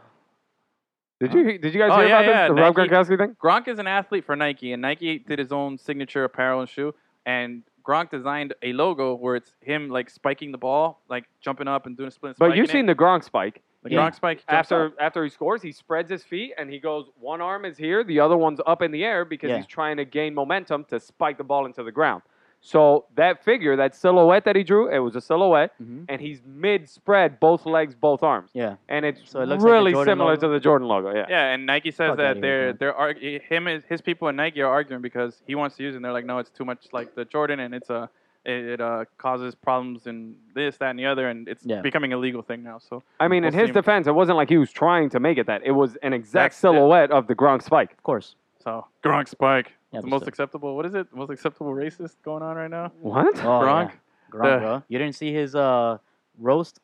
did you did you guys Oh, hear yeah, about yeah, this? The Rob Nike- Gronkowski thing? Gronk is an athlete for Nike, and Nike did his own signature apparel and shoe. And Gronk designed a logo where it's him like spiking the ball, like jumping up and doing a split. and But spiking you've it. seen the Gronk spike. the Yeah. Gronk spike jumps After up. after he scores, he spreads his feet and he goes. One arm is here, the other one's up in the air because Yeah. he's trying to gain momentum to spike the ball into the ground. So that figure, that silhouette that he drew, it was a silhouette, Mhm. and he's mid spread, both legs, both arms, Yeah, and it's So it looks like the really Jordan similar logo. to the Jordan logo. Yeah. Yeah, and Nike says Fuck outta that here, they're man. they're argu- him is his people at Nike are arguing because he wants to use it. and They're like, no, it's too much like the Jordan, and it's a it, it uh, causes problems and this, that, and the other, and it's Yeah. becoming a legal thing now. So I mean, in We'll his see. defense, it wasn't like he was trying to make it that. It was an exact That's it. silhouette of the Gronk spike. of course. so Gronk spike, Yeah, the but most still. acceptable. What is it? Most acceptable racist going on right now? What? Oh, Gronk. yeah. Gronk, Uh, bro. You didn't see his uh, roast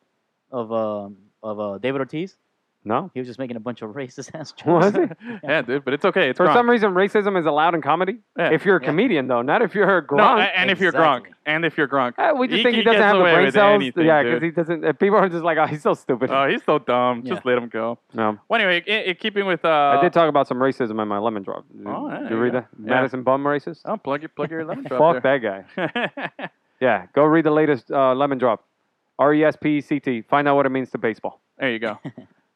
of um, of uh, David Ortiz? No. He was just making a bunch of racist ass jokes. Was it? yeah. dude, but it's okay. It's For Gronk. some reason, racism is allowed in comedy. Yeah. If you're a Yeah. comedian, though, not if you're a no, Gronk. a- and if you're Gronk, Exactly. and if you're Gronk, Uh, we just He- think he, he doesn't gets have the away brain with cells. anything, yeah, because dude. he doesn't. uh, People are just like, oh, he's so stupid. oh, he's so dumb. Just let him go. no. Well, anyway, i i keeping with uh, I did talk about some racism in my lemon drop. Did, Oh, yeah, did you there read you that? Madison Bum racist? oh, plug your plug your lemon Fuck drop that guy. there. Yeah, go read the latest uh, lemon drop. R E S P E C T. Find out what it means to baseball. There you go.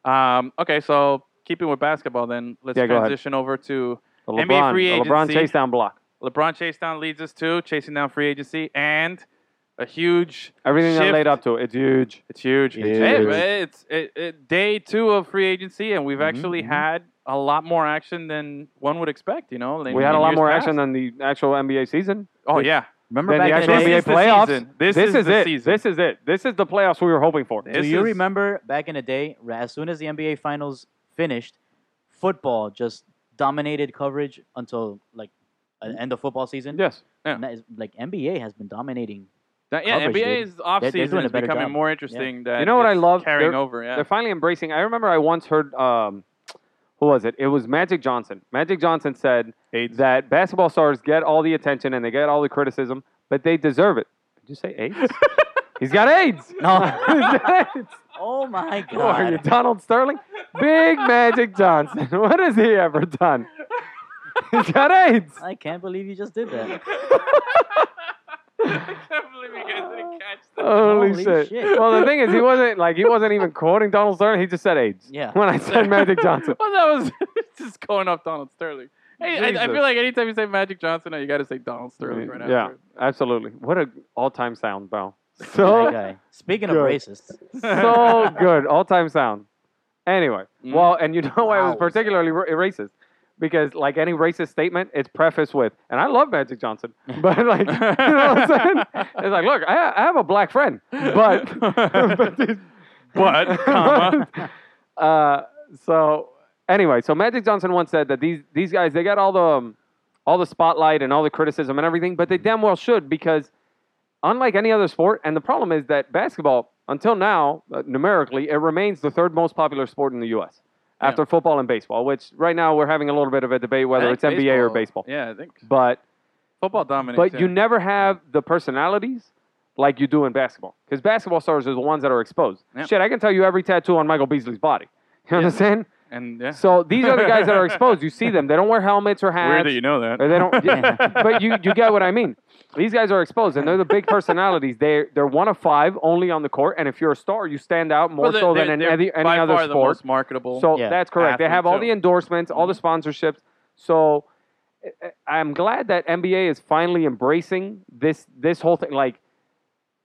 um, okay, so keeping with basketball, then let's Yeah, go ahead. transition over to The NBA LeBron, free the LeBron agency. chase down block. LeBron chase down leads us to chasing down free agency and a huge Everything that shift. laid up to it, it's huge. It's huge. Huge. Hey, but it's it, it, day two of free agency, and we've Mm-hmm, Mhm, actually mhm. had a lot more action than one would expect. You know, in- We had in a lot years more past. action than the actual NBA season. oh yeah, Remember Then the back in actual This the NBA is day? the playoffs? season. This, is, the it. season. This is it. This is the playoffs we were hoping for. This Do you is- remember back in the day, ra- as soon as the NBA Finals finished, football just dominated coverage until like uh, end of fofootball season? Yes. Yeah. And that is, like NBA has been dominating. That- yeah, coverage, NBA dude. 's off They're- they're season doing a is better becoming job. more interesting. That You know what I it's love? carrying They're- over. Yeah, They're finally embracing. I remember I once heard, um, who was it? It was Magic Johnson. Magic Johnson said AIDS. that basketball stars get all the attention and they get all the criticism, but they deserve it. Did you say AIDS? He's got AIDS. No. He's got AIDS. oh my Who are you, god. Donald Sterling? Big Magic Johnson. What has he ever done? He's got AIDS. I can't believe you just did that. I can't believe you guys didn't catch that. Holy, Holy shit. shit. Well, the thing is, he wasn't like he wasn't even quoting Donald Sterling. He just said AIDS. Yeah. When I said Magic Johnson. well, that was just going off Donald Sterling. Hey, I, I Jesus. feel like anytime you say Magic Johnson, you got to say Donald Sterling right yeah, after. absolutely. What a all-time sound, bro. That So guy. Speaking Good. of racists, so good, all-time sound. Anyway, Mm-hmm. Mm. well, and you know why it was Wowza. particularly ra- racist. Because like any racist statement, it's prefaced with, and I love Magic Johnson, but like, you know what I'm saying? It's like, look, I, I have a black friend, but but these but comma. uh, so anyway, so Magic Johnson once said that these these guys they got all the um, all the spotlight and all the criticism and everything, but they damn well should because unlike any other sport, and the problem is that basketball until now uh, numerically it remains the third most popular sport in the U.S. after football and baseball, which right now we're having a little bit of a debate whether I it's think NBA or baseball, Yeah, I think but football dominates. but you yeah. never have the personalities like you do in basketball. Because basketball stars are the ones that are exposed. Yeah. Shit, I can tell you every tattoo on Michael Beasley's body. You understand? and yeah, So these are the guys that are exposed. You see them. They don't wear helmets or hats. weird that you know that. or they don't. but you, you get what I mean. These guys are exposed, and they're the big personalities. They they're one of five only on the court, and if you're a star, you stand out more Well, they're- so than they're- in they're any, any by other far the sport. most marketable. So Yeah. that's correct. They Athlete, have all too. the endorsements, all the sponsorships. So I- I- I'm glad that NBA is finally embracing this this whole thing. Like,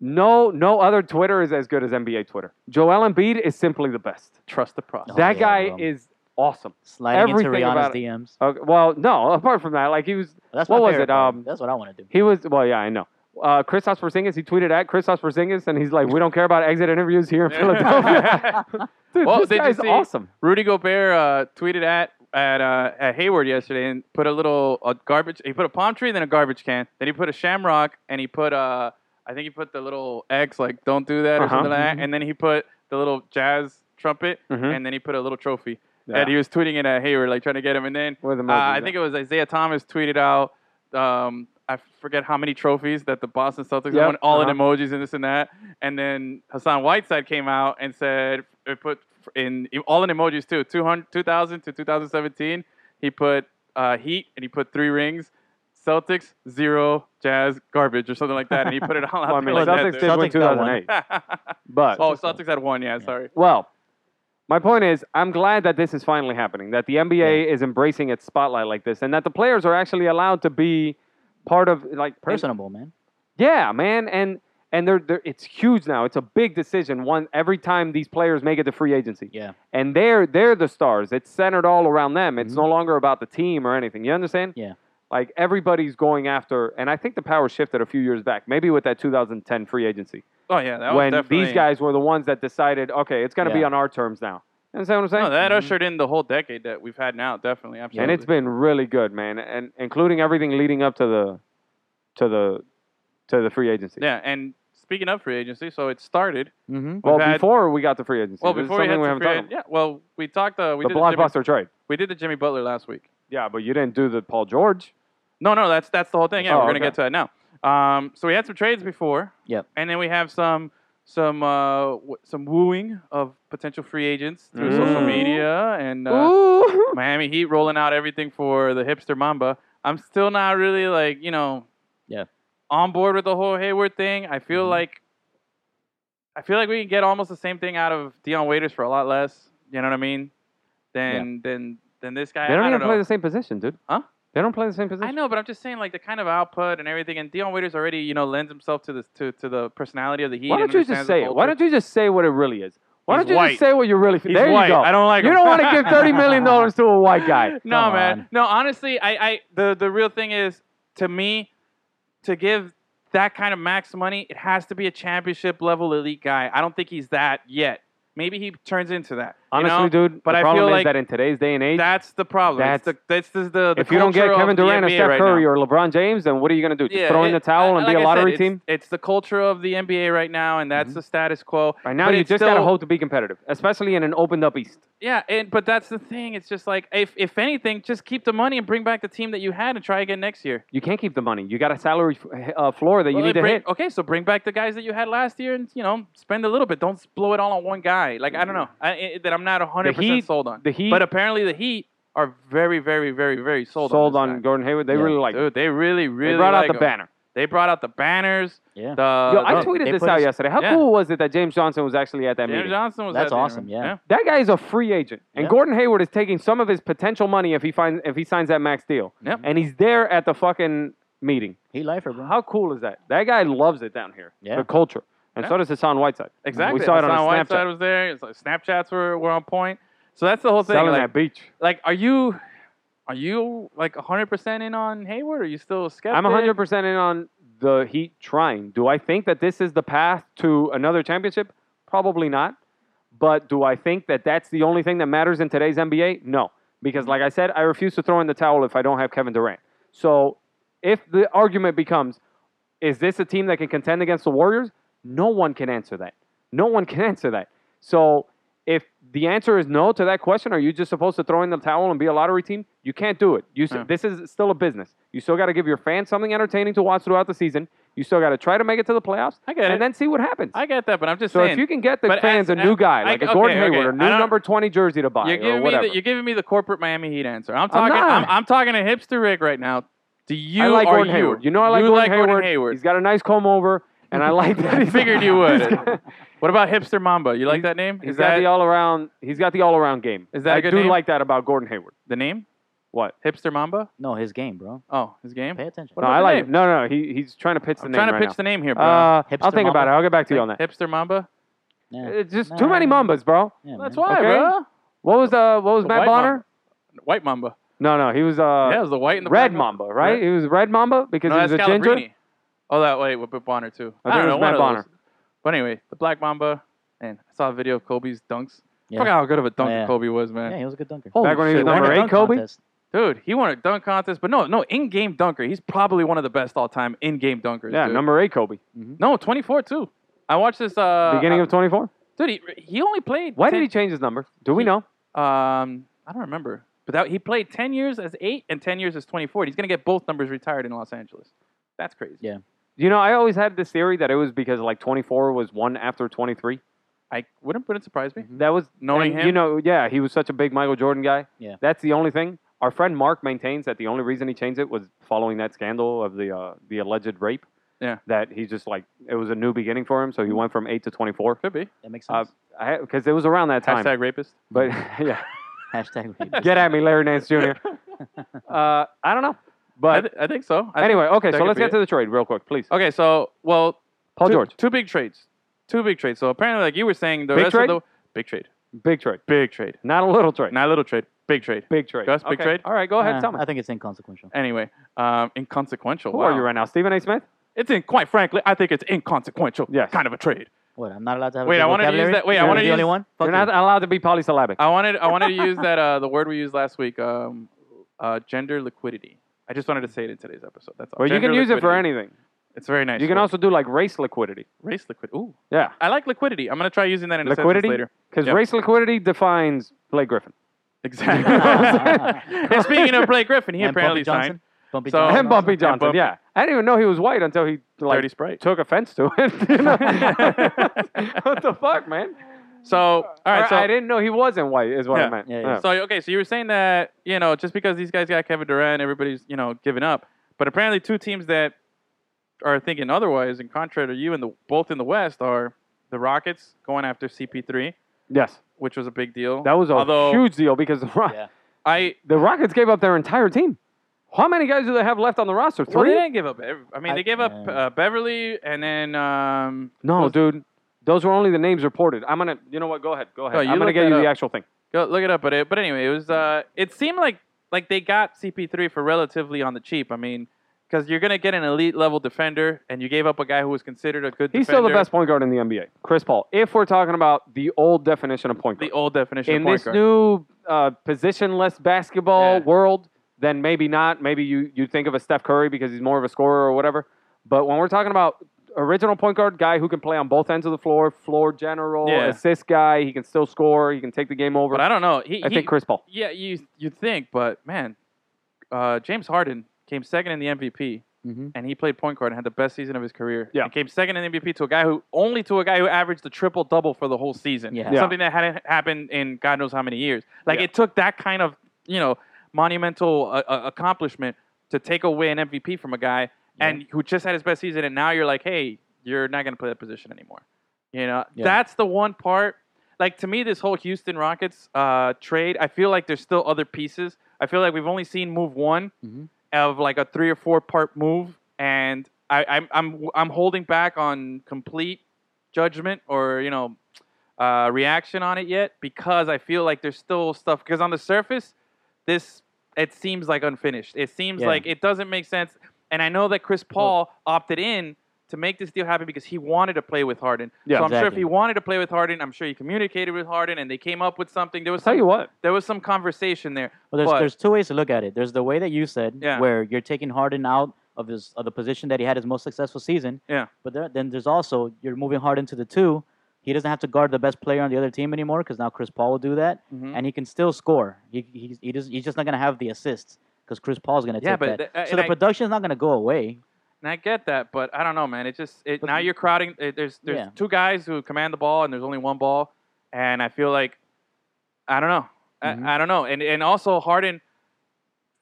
no no other Twitter is as good as NBA Twitter. Joel Embiid is simply the best. trust the process. Oh, that yeah, guy bro. is awesome. sliding into Everything Rihanna's about it. DMs. Okay, well, no, apart from that, like he was, That's What my was favorite it, part. um, That's what I want to do. he was. Well, yeah, I know. Uh, Christos Porzingis, he tweeted at Christos Porzingis, and he's like, "We don't care about exit interviews here in Philadelphia." Dude, Well, this did you guy's see- awesome. Rudy Gobert uh, tweeted at at uh, at Hayward yesterday and put a little a garbage. He put a palm tree, then a garbage can, then he put a shamrock, and he put uh, I think he put the little X like "Don't do that" or Uh-huh. something like that, and then he put the little jazz trumpet, Mhm. and then he put a little trophy. Yeah. And he was tweeting it at Hayward, like trying to get him. And then With emojis, uh, I yeah. think it was Isaiah Thomas tweeted out, um, I forget how many trophies that the Boston Celtics Yep, won, all in uh-huh. emojis and this and that. And then Hassan Whiteside came out and said, it put in all in emojis too, 200, 2000 to 2017. He put uh, Heat and he put three rings. Celtics zero, Jazz garbage or something like that, and he put it all out Well, I there mean, like Celtics that. did win Celtics got one. 2008, dude. but oh, Celtics had one. Yeah, sorry. Well, my point is, I'm glad that this is finally happening, that the NBA is embracing its spotlight like this, and that the players are actually allowed to be part of like and- Personable, man. yeah, man, and and they're, they're it's huge now. It's a big decision. One every time these players make it to free agency, Yeah. and they're they're the stars. It's centered all around them. It's no longer about the team or anything. You understand? Mm-hmm. Yeah. Like everybody's going after, and I think the power shifted a few years back, maybe with that 2010 free agency Oh yeah, that was when definitely these guys were the ones that decided, okay, it's going to be Yeah. on our terms now. You understand what I'm No, saying? Oh, that ushered in the whole decade that we've had now. Definitely, absolutely. Mm-hmm. and it's been really good, man, and including everything leading up to the to the to the free agency. yeah. And speaking of free agency, so it started. Mm-hmm. Well, We've had- before we got to free agency, Well, this is before we had something the haven't free talked agent, yeah. Well, we talked. Uh, we did about. the the Jimmy, blockbuster trade. we did the Jimmy Butler last week. Yeah, but you didn't do the Paul George. No, no, that's that's the whole thing. Yeah, Oh, we're gonna okay. get to that now. Um, so we had some trades before. Yep. And then we have some some uh, w- some wooing of potential free agents through social Mm. media and uh, Ooh. Miami Heat rolling out everything for the hipster Mamba. I'm still not really like you know, Yeah. on board with the whole Hayward thing. I feel Mm-hmm. Mhm. like I feel like we can get almost the same thing out of Dion Waiters for a lot less. You know what I mean? Than than than this guy. They don't I even don't know. play the same position, dude. Huh? They don't play the same position. I know, but I'm just saying like the kind of output and everything. And Dion Waiters already you know lends himself to this to, to the personality of the Heat. Why and don't you just understands the say it? Why culture. don't you just say what it really is? Why He's don't you white. just say what you really? He's there white. you go. I don't like you him. don't want to give thirty million dollars to a white guy. No, Come man. on. No, honestly, I, I the, the real thing is to me, to give that kind of max money, it has to be a championship level elite guy. I don't think he's that yet. Maybe he turns into that. you Honestly, know? dude, but the I problem feel is like that in today's day and age, that's the problem. That's the, That's- that's the, the, the if you don't get culture of Kevin the Durant or NBA Steph right Curry now. or LeBron James, then what are you going to do? Just Yeah, throw in it- the towel and like be I a lottery said, it's- team? Mm-hmm. It's, the culture of the NBA right now, and that's the status quo. Right now, But you it's just got to still- hope to be competitive, especially in an opened up East. Yeah, and but that's the thing. It's just like if if anything, just keep the money and bring back the team that you had and try again next year. You can't keep the money. You got a salary f- uh, floor that you Well, need to bring- hit. Okay, so bring back the guys that you had last year, and you know, spend a little bit. Don't blow it all on one guy. Like I don't know, I, I, that I'm not 100 The percent Heat- sold on. the Heat- but apparently the Heat are very, very, very, very oh, sold, on. this guy. Gordon Hayward. They Yeah, really like. him. Dude, they really, really they brought like out the him. Uh, banner. They brought out the banners. Yeah. The, Yo, I the- tw- they tweeted this put out his- yesterday. How yeah. cool was it that James Johnson was actually at that James meeting? Johnson was That's at the- awesome, yeah. That guy is a free agent, and Yeah. Gordon Hayward is taking some of his potential money if he finds if he signs that max deal. Yep. And he's there at the fucking meeting. He lifer, bro. How cool is that? That guy loves it down here. Yeah. The culture. And Yeah. so does Hassan Whiteside. Exactly. We saw it on Hassan his Snapchat. Whiteside was there. It's like Snapchats were, were on point. So that's the whole thing. Selling Like, that beach. like, are you, are you like 100% in on Hayward? Or are you still skeptical? I'm 100% in on the Heat trying. Do I think that this is the path to another championship? Probably not. But do I think that that's the only thing that matters in today's NBA? No. Because, like I said, I refuse to throw in the towel if I don't have Kevin Durant. So if the argument becomes, is this a team that can contend against the Warriors? No one can answer that. No one can answer that. So if the answer is no to that question, are you just supposed to throw in the towel and be a lottery team? You can't do it. You s Yeah. this is still a business. You still got to give your fans something entertaining to watch throughout the season. You still got to try to make it to the playoffs, I get and it. then see what happens. I get that, but I'm just so saying. if you can get the but as- fans a new as- guy, I- like a okay, Gordon okay. Hayward, I a new don't- number twenty jersey to buy You're or giving, me whatever, the, you're giving me the corporate Miami Heat answer. I'm talking. not. I'm, I'm talking to hipster Rick right now. Do you I like are Gordon you? Hayward. You know I like, you Gordon, like Hayward. Gordon Hayward. He's got a nice comb over, and I like that. he's- Figured you he's would. got- what about hipster Mamba? You like that name? he's Is got that the all around. He's got the all around game. Is that a I good do name? like that about Gordon Hayward. the name? What? Hipster Mamba? No, his game, bro. Oh, his game. Pay attention. What no, about I the like. name? No, no, he, he's trying to pitch the I'm name trying to right pitch now. the name here, bro. Uh, I'll Hipster think about it. Mamba? I'll get back to you on that. Hipster Mamba. Yeah. It's just Nah, too many nah, Mambas, bro. yeah, That's man. why, Okay. bro. What was uh what was The Matt White Bonner? White Mamba. No, no, he was uh yeah, it was the white and the Red black Mamba, right? Red- He was Red Mamba because No, he that's was a ginger. Calabrini. Oh, that wait, with Bonner too. I I, don't think it know, one was Matt of Bonner. those. But anyway, the Black Mamba, and I saw a video of Kobe's dunks. Yeah. Forgot how good of a dunker Yeah. Kobe was, man. Yeah, he was a good dunker. Back when he was He won number the eight, dunk Kobe. contest. Dude, he won a dunk contest, but no, no, in-game dunker. He's probably one of the best all-time in-game dunkers. Yeah, dude. number eight, Kobe. no, 24 too. I watched this. Uh, Beginning uh, of 24. dude, he, he only played. Why did he change his number? Do we he- know? Um, I don't remember. But that, he played 10 years as eight and 10 years as 24. He's gonna get both numbers retired in Los Angeles. That's crazy. Yeah. You know, I always had this theory that it was because like 24 was one after 23. I wouldn't put it surprise me. That was Knowing and, him, You know, yeah, he was such a big Michael Jordan guy. Yeah. That's the only thing. Our friend Mark maintains that the only reason he changed it was following that scandal of the uh, the alleged rape. Yeah. That he's just like it was a new beginning for him, so he went from eight to 24. could be That makes Uh, sense. Because it was around that time. hashtag rapist. But yeah, Hashtag rape. get at me, Larry Nance Jr. uh, I don't know, I, but th- I think so. I anyway, okay. that So could let's be get to the trade real quick, please. Okay, so well, Paul two, George, two big trades, two big trades. So apparently, like you were saying, the Big rest trade? of the big trade, big trade, big trade, not a little trade, not little trade, big trade. big trade. Gus, big Okay. trade? All right, go ahead, Nah, tell me. I think it's inconsequential. Anyway, um, inconsequential. Who wow. are you right now, Stephen A. Smith? It's in, quite frankly, I think it's inconsequential. Yes. kind of a trade. What? I'm not allowed to have. Wait, a big I wanted to use vocabulary? that- wait, I You're wanted the to only use- one. Fuck You're you. not allowed to be polysyllabic. I wanted I wanted to use that uh, the word we used last week, um, uh, gender liquidity. I just wanted to say it in today's episode. That's all. well, you Gender can use it for liquidity. anything. It's very nice. You can word. also do like race liquidity. race liquid. Ooh, Yeah, I like liquidity. I'm gonna try using that in Liquidity? a sentence later. because Yep. race liquidity defines Blake Griffin Exactly. and speaking of Blake Griffin, he And apparently Bumpy Johnson? signed Bumpy So- Johnson. and Bumpy Oh, and Johnson. Bumpy. Yeah, I didn't even know he was white until he like Dirty Sprite. took offense to it. you know? what the fuck, man? So all right, Or so I didn't know he wasn't white. Is what I Yeah. meant. Yeah, yeah. So okay, so you were saying that you know just because these guys got Kevin Durant, everybody's you know giving up. But apparently, two teams that are thinking otherwise and contrary to you and the both in the West are the Rockets going after CP3, Yes, which was a big deal. that was a Although, huge deal because the, Ro- Yeah. I the Rockets gave up their entire team. How many guys do they have left on the roster? well, Three? they didn't give up. ev- I mean, I- they gave up yeah. uh, Beverly and then um, no, those- dude. Those were only the names reported. I'm gonna. You know what? Go ahead. Go ahead. No, you I'm gonna look get that you the up. actual thing. Go look it up. But it, but anyway, it was. Uh, it seemed like like they got CP3 for relatively on the cheap. I mean, because you're gonna get an elite level defender, and you gave up a guy who was considered a good. He's defender, still the best point guard in the NBA, Chris Paul. If we're talking about the old definition of point The guard old definition in of point this guard. new uh, positionless basketball Yeah. world, then maybe not. Maybe you you think of a Steph Curry because he's more of a scorer or whatever. But when we're talking about original point guard guy who can play on both ends of the floor, floor general, Yeah. assist guy, he can still score, he can take the game over. but I don't know. He, I he- think Chris Paul. Yeah, you you think, but man, uh, James Harden came second in the MVP, Mhm. and he played point guard and had the best season of his career. Mm-hmm. Yeah. and came second in the MVP to a guy who only to a guy who averaged the triple double for the whole season. Yeah. Yeah. something that hadn't happened in God knows how many years. Like Yeah. it took that kind of you know monumental uh, uh, accomplishment to take away an MVP from a guy and who just had his best season, and now you're like, hey, you're not going to play that position anymore. You know, Yeah. that's the one part. Like to me, this whole Houston Rockets uh, trade, I feel like there's still other pieces. I feel like we've only seen move one Mhm. of like a three or four part move, and I, I'm I'm I'm holding back on complete judgment or you know uh, reaction on it yet because I feel like there's still stuff. Because on the surface, this it seems like unfinished. It seems Yeah. like it doesn't make sense. And I know that Chris Paul opted in to make this deal happen because he wanted to play with Harden. Yeah, so I'm sure if exactly. he wanted to play with Harden, I'm sure he communicated with Harden and they came up with something. There was Tell some, you what, there was some conversation there. Well, there's but- there's two ways to look at it. There's the way that you said, Yeah. where you're taking Harden out of his of the position that he had his most successful season. Yeah. But there, then there's also you're moving Harden to the two. He doesn't have to guard the best player on the other team anymore because now Chris Paul will do that, Mhm. and he can still score. He he's, he just, he's just not gonna have the assists because Chris Paul's gonna Yeah, take but that. the- uh, so and the I- production's not gonna go away. And I get that, but I don't know, man. It just it, But- now you're crowding. It, there's there's Yeah. two guys who command the ball, and there's only one ball, and I feel like I don't know, Mhm. Mm-hmm. I, I don't know, and and also Harden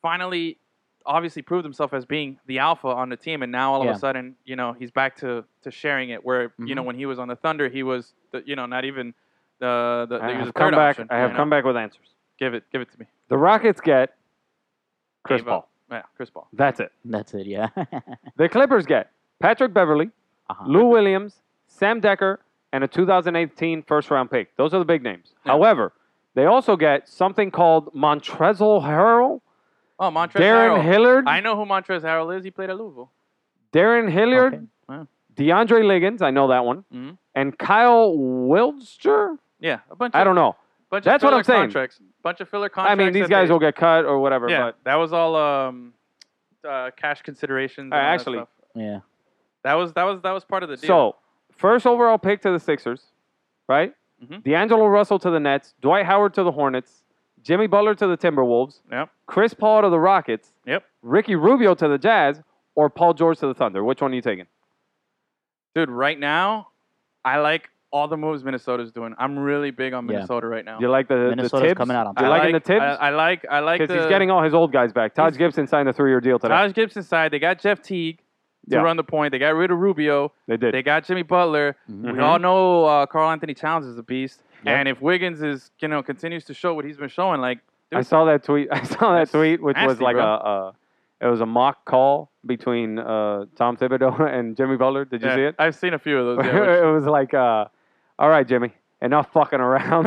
finally obviously proved himself as being the alpha on the team, and now all of Yeah. a sudden you know he's back to to sharing it. Where you know Mm-hmm. when he was on the Thunder, he was the, you know not even the the, he I was have the come third back. option. I have you know? come back with answers. Give it give it to me. The Rockets get Chris Gave Paul. up. Yeah, Chris Paul. That's it. That's it. Yeah. The Clippers get Patrick Beverly, Uh-huh. Lou Williams, Sam Decker, and a 2018 first round pick. Those are the big names. However, They also get something called Montrezl Harrell, Oh, Montrezl Darren Harrell. Hilliard, I know who Montrezl Harrell is. He played at Louisville. Darren Hilliard, Okay. DeAndre Liggins, I know that one, Mhm. and Kyle Wildster. Yeah, a bunch. Of, I don't know. Bunch That's of what filler I'm saying. Contracts. Bunch of filler I contracts. mean, these that guys they- will get cut or whatever. Yeah, But that was all um, uh, cash considerations. and Uh, all that actually- stuff. Yeah. that was that was that was part of the deal. so, first overall pick to the Sixers, right? Mhm. D'Angelo Russell to the Nets, Dwight Howard to the Hornets, Jimmy Butler to the Timberwolves, Yep. Chris Paul to the Rockets, Yep. Ricky Rubio to the Jazz, or Paul George to the Thunder. Which one are you taking? dude, right now, I like all the moves Minnesota's doing. I'm really big on Yeah. Minnesota right now. Do you like the the Minnesota's tips? coming out on Do you I liking like, the tips? I, I like I like Because the he's getting all his old guys back. Todd He's- Gibson signed a three-year deal today. Taj Gibson side. They got Jeff Teague to Yeah. run the point. They got rid of Rubio. they did. They got Jimmy Butler. Mhm. We all know uh, Carl Anthony Towns is a beast. Yep. And if Wiggins is you know continues to show what he's been showing, like I saw that tweet. I saw that That's tweet, which was nasty, like bro. a, a, it was a mock call between uh, Tom Thibodeau and Jimmy Butler. Did you yeah, see it? I've seen a few of those. Yeah, which- it was like, uh, all right, Jimmy, enough fucking around.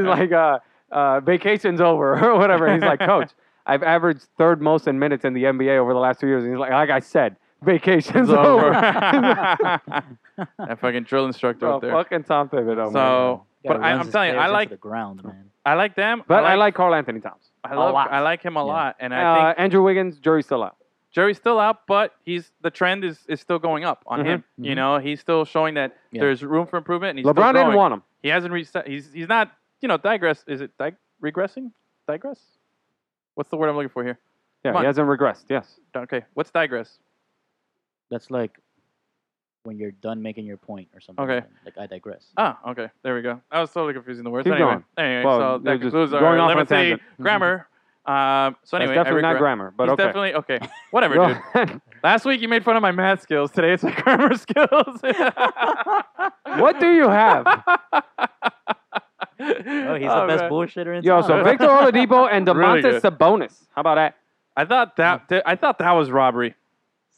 He's like, uh, uh, vacation's over or whatever. He's like, coach, I've averaged third most in minutes in the NBA over the last two years. And he's like, like I said, vacation's It's over. over. that fucking drill instructor Bro, up there. fucking Tom Thibodeau. man. So, Gotta but I, runs I'm his telling you, players I into like the ground, man. I like them. but I like Carl Anthony Towns. I, a love, lot. I like him a Yeah. lot, and I Uh, think Andrew Wiggins, jury's still out. Jerry's still out, but he's the trend is, is still going up on Mhm. him. You know, he's still showing that Yeah. there's room for improvement, and he's still LeBron growing. didn't want him. He hasn't reached. that- He's he's not. You know, digress. Is it dig- regressing? Digress. What's the word I'm looking for here? Yeah, Come on. he hasn't regressed. Yes. Okay, what's digress? That's like when you're done making your point or something. Okay. Like, that. Like, I digress. Ah, okay, there we go. I was totally confusing the words. Keep anyway, going. anyway, Well, so you're that just concludes our going off on a limited tangent. Mm-hmm. grammar. Um, so That's anyway, I definitely not regret- grammar, but He's okay. definitely okay. Whatever, dude. Last week you made fun of my math skills. Today it's my grammar skills. what do you have? Oh, he's Oh, the best man. bullshitter in Yo, town. so Victor Oladipo and Really DeMontis good. Sabonis. How about that? I thought Mm. that th- I thought that was robbery.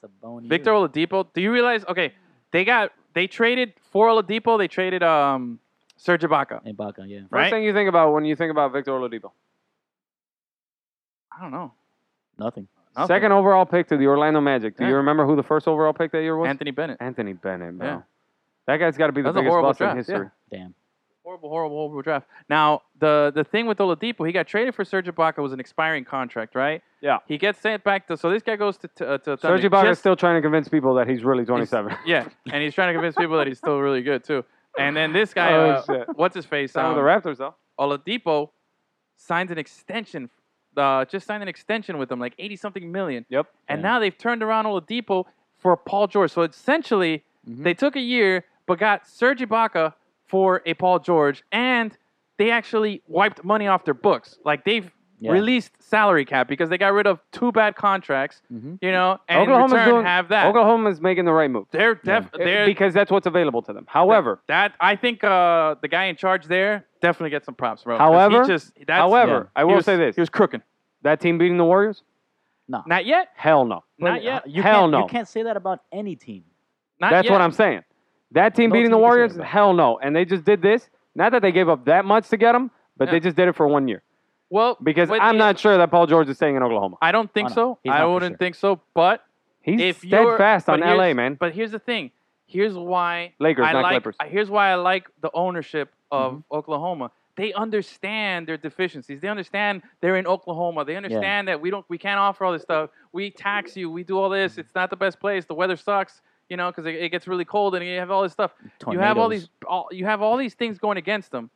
Sabonis. Victor Oladipo. Do you realize? Okay, they got they traded for Oladipo. They traded um Serge Ibaka. Ibaka, yeah. First Right? thing you think about when you think about Victor Oladipo. I don't know. Nothing. Nothing. Second overall pick to the Orlando Magic. Do Yeah. you remember who the first overall pick that year was? Anthony Bennett. Anthony Bennett, bro. Yeah. That guy's got to be the That's a biggest horrible bust in draft, history. Damn. Horrible, horrible, horrible draft. Now the the thing with Oladipo, he got traded for Serge Ibaka was an expiring contract, right? Yeah. He gets sent back to so this guy goes to to, uh, to Serge Thunder Ibaka is just- still trying to convince people that he's really 27. Yeah, and he's trying to convince people that he's still really good too. And then this guy, Oh, uh, shit. what's his face? Some of Um, the Raptors, though. Oladipo signs an extension. Uh, just signed an extension with them, like eighty something million. Yep. And Yeah. now they've turned around Oladipo for Paul George. So essentially, Mm-hmm. Mhm. they took a year but got Serge Ibaka for a Paul George, and they actually wiped money off their books. Like they've Yeah. released salary cap because they got rid of two bad contracts. Mhm. You know, and Mm-hmm. Oklahoma's in return doing- have that. Oklahoma's making the right move. They're def- It- they're because that's what's available to them. However, That I think uh, the guy in charge there definitely gets some props, bro. 'Cause However- he just, that's, however, I he will was- say this. he was crooking. That team beating the Warriors? Not yet. Hell no. Not But, uh, yet. You Hell can't, no. You can't say that about any team. Not That's yet. what I'm saying. That team No beating team the can say Warriors, that about it. hell no. And they just did this. Not that they gave up that much to get him, but Yeah. they just did it for one year. Well, Because but I'm the- not sure that Paul George is staying in Oklahoma. I don't think Oh, no. so. He's not I for wouldn't sure. think so. But He's if you're steadfast on but here's- LA, man. But here's the thing. Here's why Lakers, I not like. Clippers. Mm-hmm. I- Here's why I like the ownership of Oklahoma. They understand their deficiencies. They understand they're in Oklahoma. They understand that we don't, we can't offer all this stuff. We tax you. We do all Mm-hmm. this. It's not the best place. The weather sucks. You know, because it, it gets really cold and you have all this stuff. You have all these, Tornadoes. all, you have all these things going against them.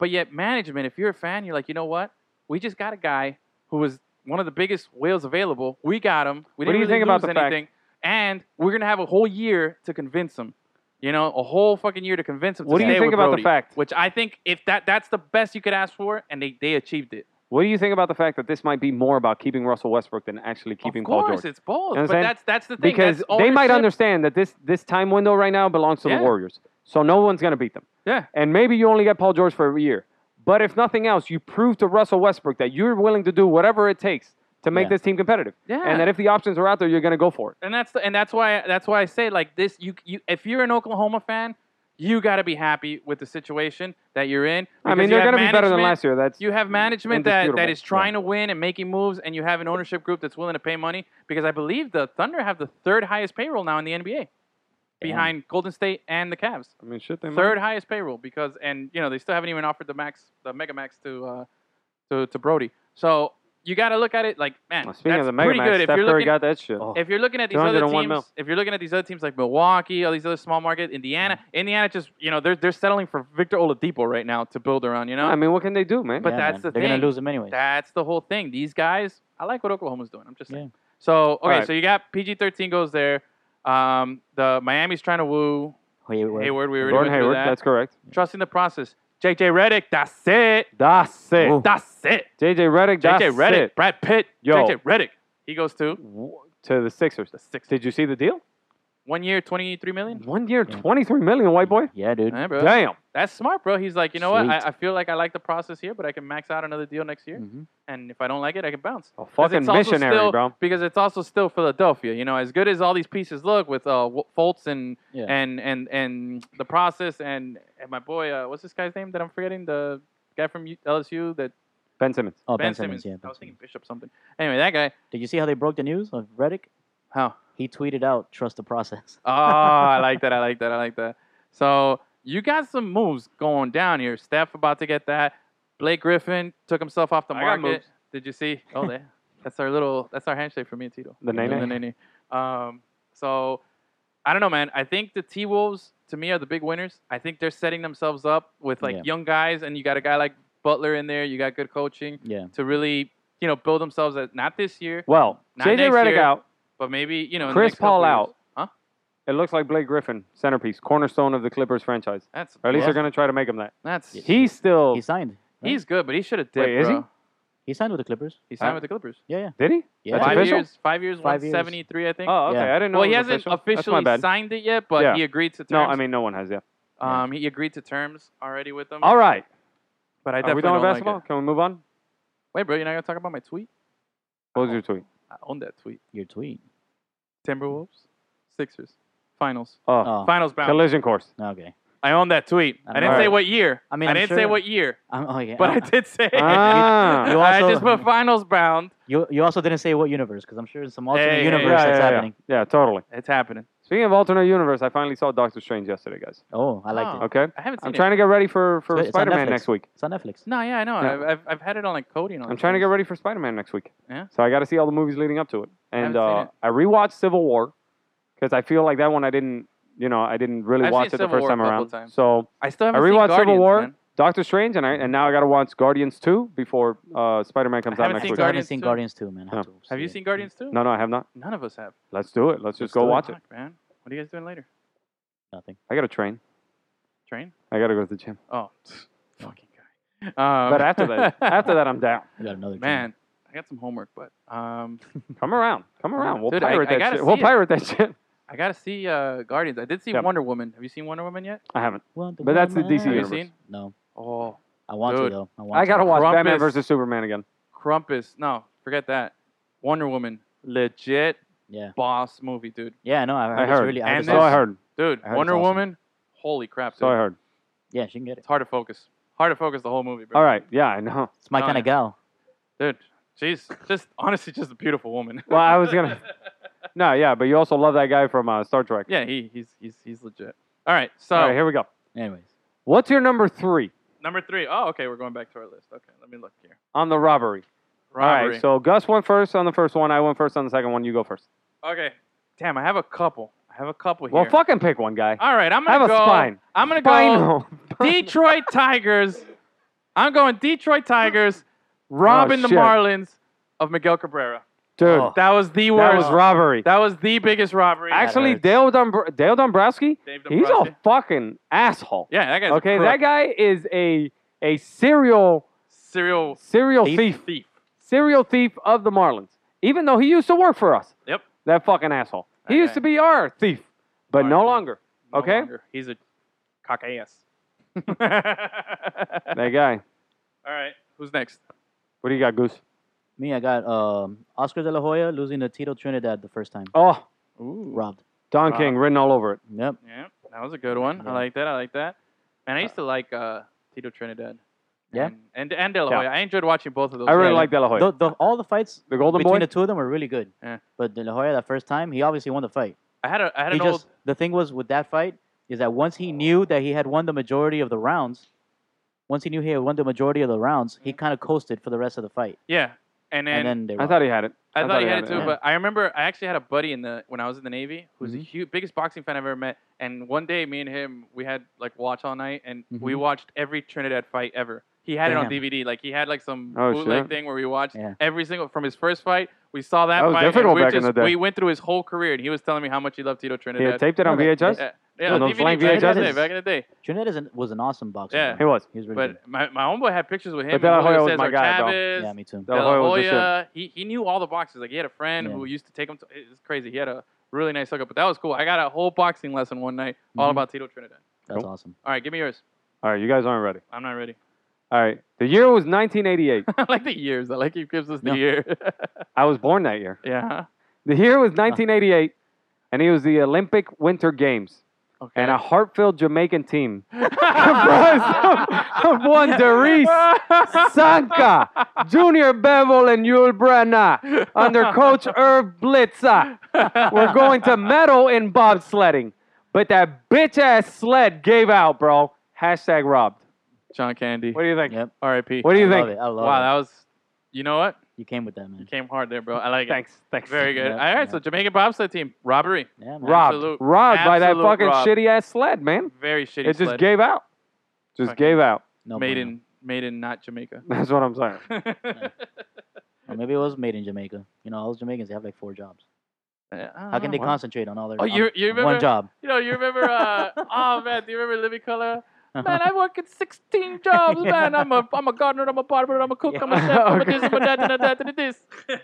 But yet, management. If you're a fan, you're like, you know what? We just got a guy who was one of the biggest whales available. We got him. We didn't What do you really think about lose the fact- anything. And we're gonna have a whole year to convince him. You know, a whole fucking year to convince him. to What do you stay think with about the Brody, fact- Which I think, if that that's the best you could ask for, and they, they achieved it. What do you think about the fact that this might be more about keeping Russell Westbrook than actually keeping of Paul course, George? it's both. You know what but I'm saying? that's that's the thing. Because that's they might ownership. understand that this, this time window right now belongs to Yeah. the Warriors. So no one's going to beat them. Yeah. And maybe you only get Paul George for a year. But if nothing else, you prove to Russell Westbrook that you're willing to do whatever it takes to make Yeah. this team competitive. Yeah. And that if the options are out there, you're going to go for it. and that's the, and that's why that's why I say like this. You you if you're an Oklahoma fan, You got to be happy with the situation that you're in. I because mean, you they're have going to be better than management- last year. That's You have management that, that Indisputable. is trying to win and making moves, and you have an ownership group that's willing to pay money because I believe the Thunder have the third highest payroll now in the NBA, behind Golden State and the Cavs. I mean, shit. They might. Third highest payroll because, and you know, they still haven't even offered the max, the mega max to uh, to to Brody. So you got to look at it like, man, Well, Speaking that's of the pretty Mega good. Max, If Steph you're Curry looking, got that shit. Oh. if you're looking at these other 201 teams, mil. if you're looking at these other teams like Milwaukee, all these other small market, Indiana, Mm. Indiana just you know they're they're settling for Victor Oladipo right now to build around. You know, I mean, what can they do, man? But that's Yeah, man. the They're thing. gonna lose him anyway. that's the whole thing. These guys, I like what Oklahoma's doing. I'm just saying. Yeah. So okay, Alright. so you got PG-13 goes there. Um, the Miami's trying to woo Hayward. Hayward. We already Gordon went through Hayward, that. that's correct. Trusting the process. J.J. Redick, that's it. That's it. Ooh. That's it. JJ Redick, that's J.J. Redick, it. Brad Pitt, Yo. J.J. Redick. He goes to W- To the Sixers. the six. Did you see the deal? One year, 23 million. One year, Yeah. 23 million, white boy. Yeah, dude. Yeah, bro. Damn. That's smart, bro. He's like, you know what? Sweet. I, I feel like I like the process here, but I can max out another deal next year. Mhm. And if I don't like it, I can bounce. A Because fucking it's also missionary, still- bro. Because it's also still Philadelphia. You know, as good as all these pieces look with uh, Wo- Fultz and Yeah. and and and the process and, and my boy, uh, what's this guy's name that I'm forgetting? The guy from U- LSU that Ben Simmons. Oh, Ben, Simmons. Yeah, I Ben was thinking Simmons. Bishop something. Anyway, that guy. Did you see how they broke the news of Reddick? How? He tweeted out, "Trust the process." Oh, I like that. I like that. I like that. So you got some moves going down here. Steph about to get that. Blake Griffin took himself off the I got market. moves. Did you see? Oh, there. that's our little. That's our handshake for me and Tito. The And name. then any- Um, so I don't know, man. I think the T Wolves to me are the big winners. I think they're setting themselves up with like Yeah. young guys, and you got a guy like Butler in there. You got good coaching Yeah. to really, you know, build themselves as not this year, Well, Not JJ next Redick year. out. but maybe you know. in the Chris next couple Paul years. out. Huh? It looks like Blake Griffin, centerpiece, cornerstone of the Clippers franchise. That's Or at least yeah. they're going to try to make him that. that's Yeah. He's still. He signed. right? he's good, but he should have dipped. Wait, is he? bro. He signed with the Clippers. He signed Huh? with the Clippers. Yeah, yeah, did he? yeah. That's five official? years. Five years. Five years. 173, I think. Oh, okay. Yeah. I didn't know. well, it he was hasn't official. officially That's my bad. signed it yet, but Yeah. he agreed to terms. No, I mean, no one has. Yeah. um, he agreed to terms already with them. All right. but I Are we definitely done don't with like basketball? it. Can we move on? Wait, bro, you're not gonna talk about my tweet? What was your tweet? I own that tweet. Your tweet. Timberwolves, Sixers, finals, Oh, Oh, finals bound. collision course. okay. I own that tweet. I I didn't know. say what year. I I mean, mean, I I'm didn't sure- say what year, I'm, oh yeah. but I I- did say. ah. You I also- just put finals bound. You you also didn't say what universe because I'm sure it's some alternate Hey, hey, universe hey, yeah, that's yeah, yeah. happening. Yeah, totally. It's happening. Speaking of alternate universe, I finally saw Doctor Strange yesterday, guys. Oh, I liked Oh. it. Okay. I haven't seen I'm it. trying to get ready for, for It's- it's on Spider Man Netflix. next week. It's on Netflix. No, yeah, I know. Yeah. I've, I've, I've had it on like Cody and all. I'm that trying to get stuff. ready for Spider Man next week. Oh, Yeah. So I got to see all the movies leading up to it. haven't And seen uh, it. I rewatched Civil War because I feel like that one I didn't, you know, I didn't really I've watch seen it the Civil first War a time couple around. times. So I still I haven't seen rewatched Guardians, Civil War, man. Doctor Strange, and I and now I got to watch Guardians 2 before uh, Spider Man comes I out haven't next seen week. I haven't Guardians seen too. Guardians 2, man. I Yeah. to Have you see seen it. Guardians too? No, no, I have not. None of us have. Let's do it. Let's just Let's go do it. watch it. Fuck, man. What are you guys doing later? Nothing. I got to train. Train? I got to go to the gym. Oh, fucking guy. Um, But after that, after that, I'm down. We got another. chance. man, I got some homework, but um, Come around. Come around. We'll Dude, I- pirate I that gotta shit. see We'll it. pirate that shit. I gotta see uh, Guardians. I did see Yeah. Wonder Woman. Have you seen Wonder Woman yet? I haven't. Wonder But that's the Woman. DC Have you universe. seen? No, Oh, I want Dude. to though. I want. I got to watch Trump Batman is- versus Superman again. Crumpus. No, forget that. Wonder Woman, legit Yeah. boss movie, dude. Yeah. No, I heard. I It's heard. really. And I heard it's So Oh, I this- awesome. heard. Dude, I heard Wonder it's awesome. Woman, holy crap, dude. So I heard. Yeah, she can get it. It's hard to focus. Hard to focus the whole movie, bro. All right. Yeah, I know. It's my Oh, kind yeah. of gal. Dude, she's just honestly just a beautiful woman. Well, I was gonna. No, yeah, but you also love that guy from uh, Star Trek. yeah, he, he's he's he's legit. All right, so All right, here we go. Anyways, What's your number three number three. Oh, okay, we're going back to our list. Okay, let me look here. on the robbery? All Robbery. right, so Gus went first on the first one. I went first on the second one. You go first. okay, damn, I have a couple. I have a couple here. Well, fucking pick one, guy. All right, I'm gonna Have a go. spine. I'm gonna go Final. Detroit Tigers. I'm going Detroit Tigers, robbing the Oh, shit. Marlins of Miguel Cabrera. Dude, Oh, That was the that worst. was robbery. That was the biggest robbery. Actually, hurts. Dale, Dombr- Dale Dombrowski, Dave he's Dombrowski. a fucking asshole. yeah, that guy's a okay, crook. that guy is a a serial serial serial Thief. thief. thief. serial thief of the Marlins, even though he used to work for us. Yep. That fucking asshole. He That used guy. to be our thief, but Our no thief. longer. No Okay. longer. he's a cock ass. That guy. All right, who's next? What do you got, Goose? me, I got um, Oscar De La Hoya losing to Tito Trinidad the first time. Oh, Ooh, Robbed. Don Wow. King written all over it. Yep. yeah, That was a good one. Yeah. I like that. I like that. And I used to like uh, Tito Trinidad. Yeah? And and, and De La Hoya. I enjoyed watching both of those. I really guys. like De La Hoya. The, the, all the fights the Golden between Boy. the two of them were really good. Yeah. But De La Hoya, that first time, he obviously won the fight. I had a I had He an old just the thing was with that fight is that once he knew that he had won the majority of the rounds, once he knew he had won the majority of the rounds, he kind of coasted for the rest of the fight, yeah. Mm-hmm. And then, and, then they I won. thought he had it. I, thought he had it too, yeah. but I remember I actually had a buddy in the when I was in the Navy who's the huge, biggest boxing fan I've ever met. And one day, me and him, we had like watch all night, and we Mhm. watched every Trinidad fight ever. He had it on Damn. DVD. Like he had like some Oh, bootleg shit. thing where we watched Yeah. every single from his first fight. We saw that, That was fight. and difficult we back in just- the day. We went through his whole career, and he was telling me how much he loved Tito He had Trinidad. taped it on No, but- VHS. yeah, yeah, on on those DVD, blank back in the VHSs. day, back in the day. Trinidad is an, was an awesome boxer. Yeah. He was. he was really good. But my, my homeboy had pictures with him. But De La and Julio Hoya was my Cesar guy, though. Chavez. Yeah, me too. De La Hoya was the Hoya, he, he knew all the boxers. Like he had a friend Yeah. who used to take him. To, it's crazy. He had a really nice hookup, but that was cool. I got a whole boxing lesson one night all Mhm. Mm-hmm. about Tito Trinidad. That's Nope. awesome. All right, give me yours. All right, you guys aren't ready. I'm not ready. All right, the year was 1988. I like the years. I like he gives us the No. year. I was born that year. yeah. The year was 1988, and it was the Olympic Winter Games. Okay. And a heart-filled Jamaican team comprised of, of Wanderese, Sanka, Junior Bevel, and Yul Brana under coach Irv Blitzer. We're going to medal in bobsledding. But that bitch ass sled gave out, bro. Hashtag robbed. John Candy. What do you think? Yep. R.I.P. What do you I think? love it. I love wow, it. that was. You know what? You came with that man. Mm. You came hard there, bro. I like it. Thanks. Thanks. Very good. Yeah, All right, yeah. so Jamaican bobsled team robbery. Yeah, man. robbed. Absolute- robbed by that absolute fucking rob. shitty ass sled, man. Very shitty. It just sled. gave out. Just Fucking- gave out. No made bueno. in made in not Jamaica. That's what I'm saying. Or maybe it was made in Jamaica. You know, all those Jamaicans they have like four jobs. How How can they concentrate on all their Oh, on you- you remember- one job? You know, you remember? Uh, oh man, do you remember Living Color? Man, Uh-huh. I work at 16 jobs. Man, I'm a I'm a gardener, I'm a barber, I'm a cook, I'm a chef, I'm a this, I'm a that, and a that, and a this.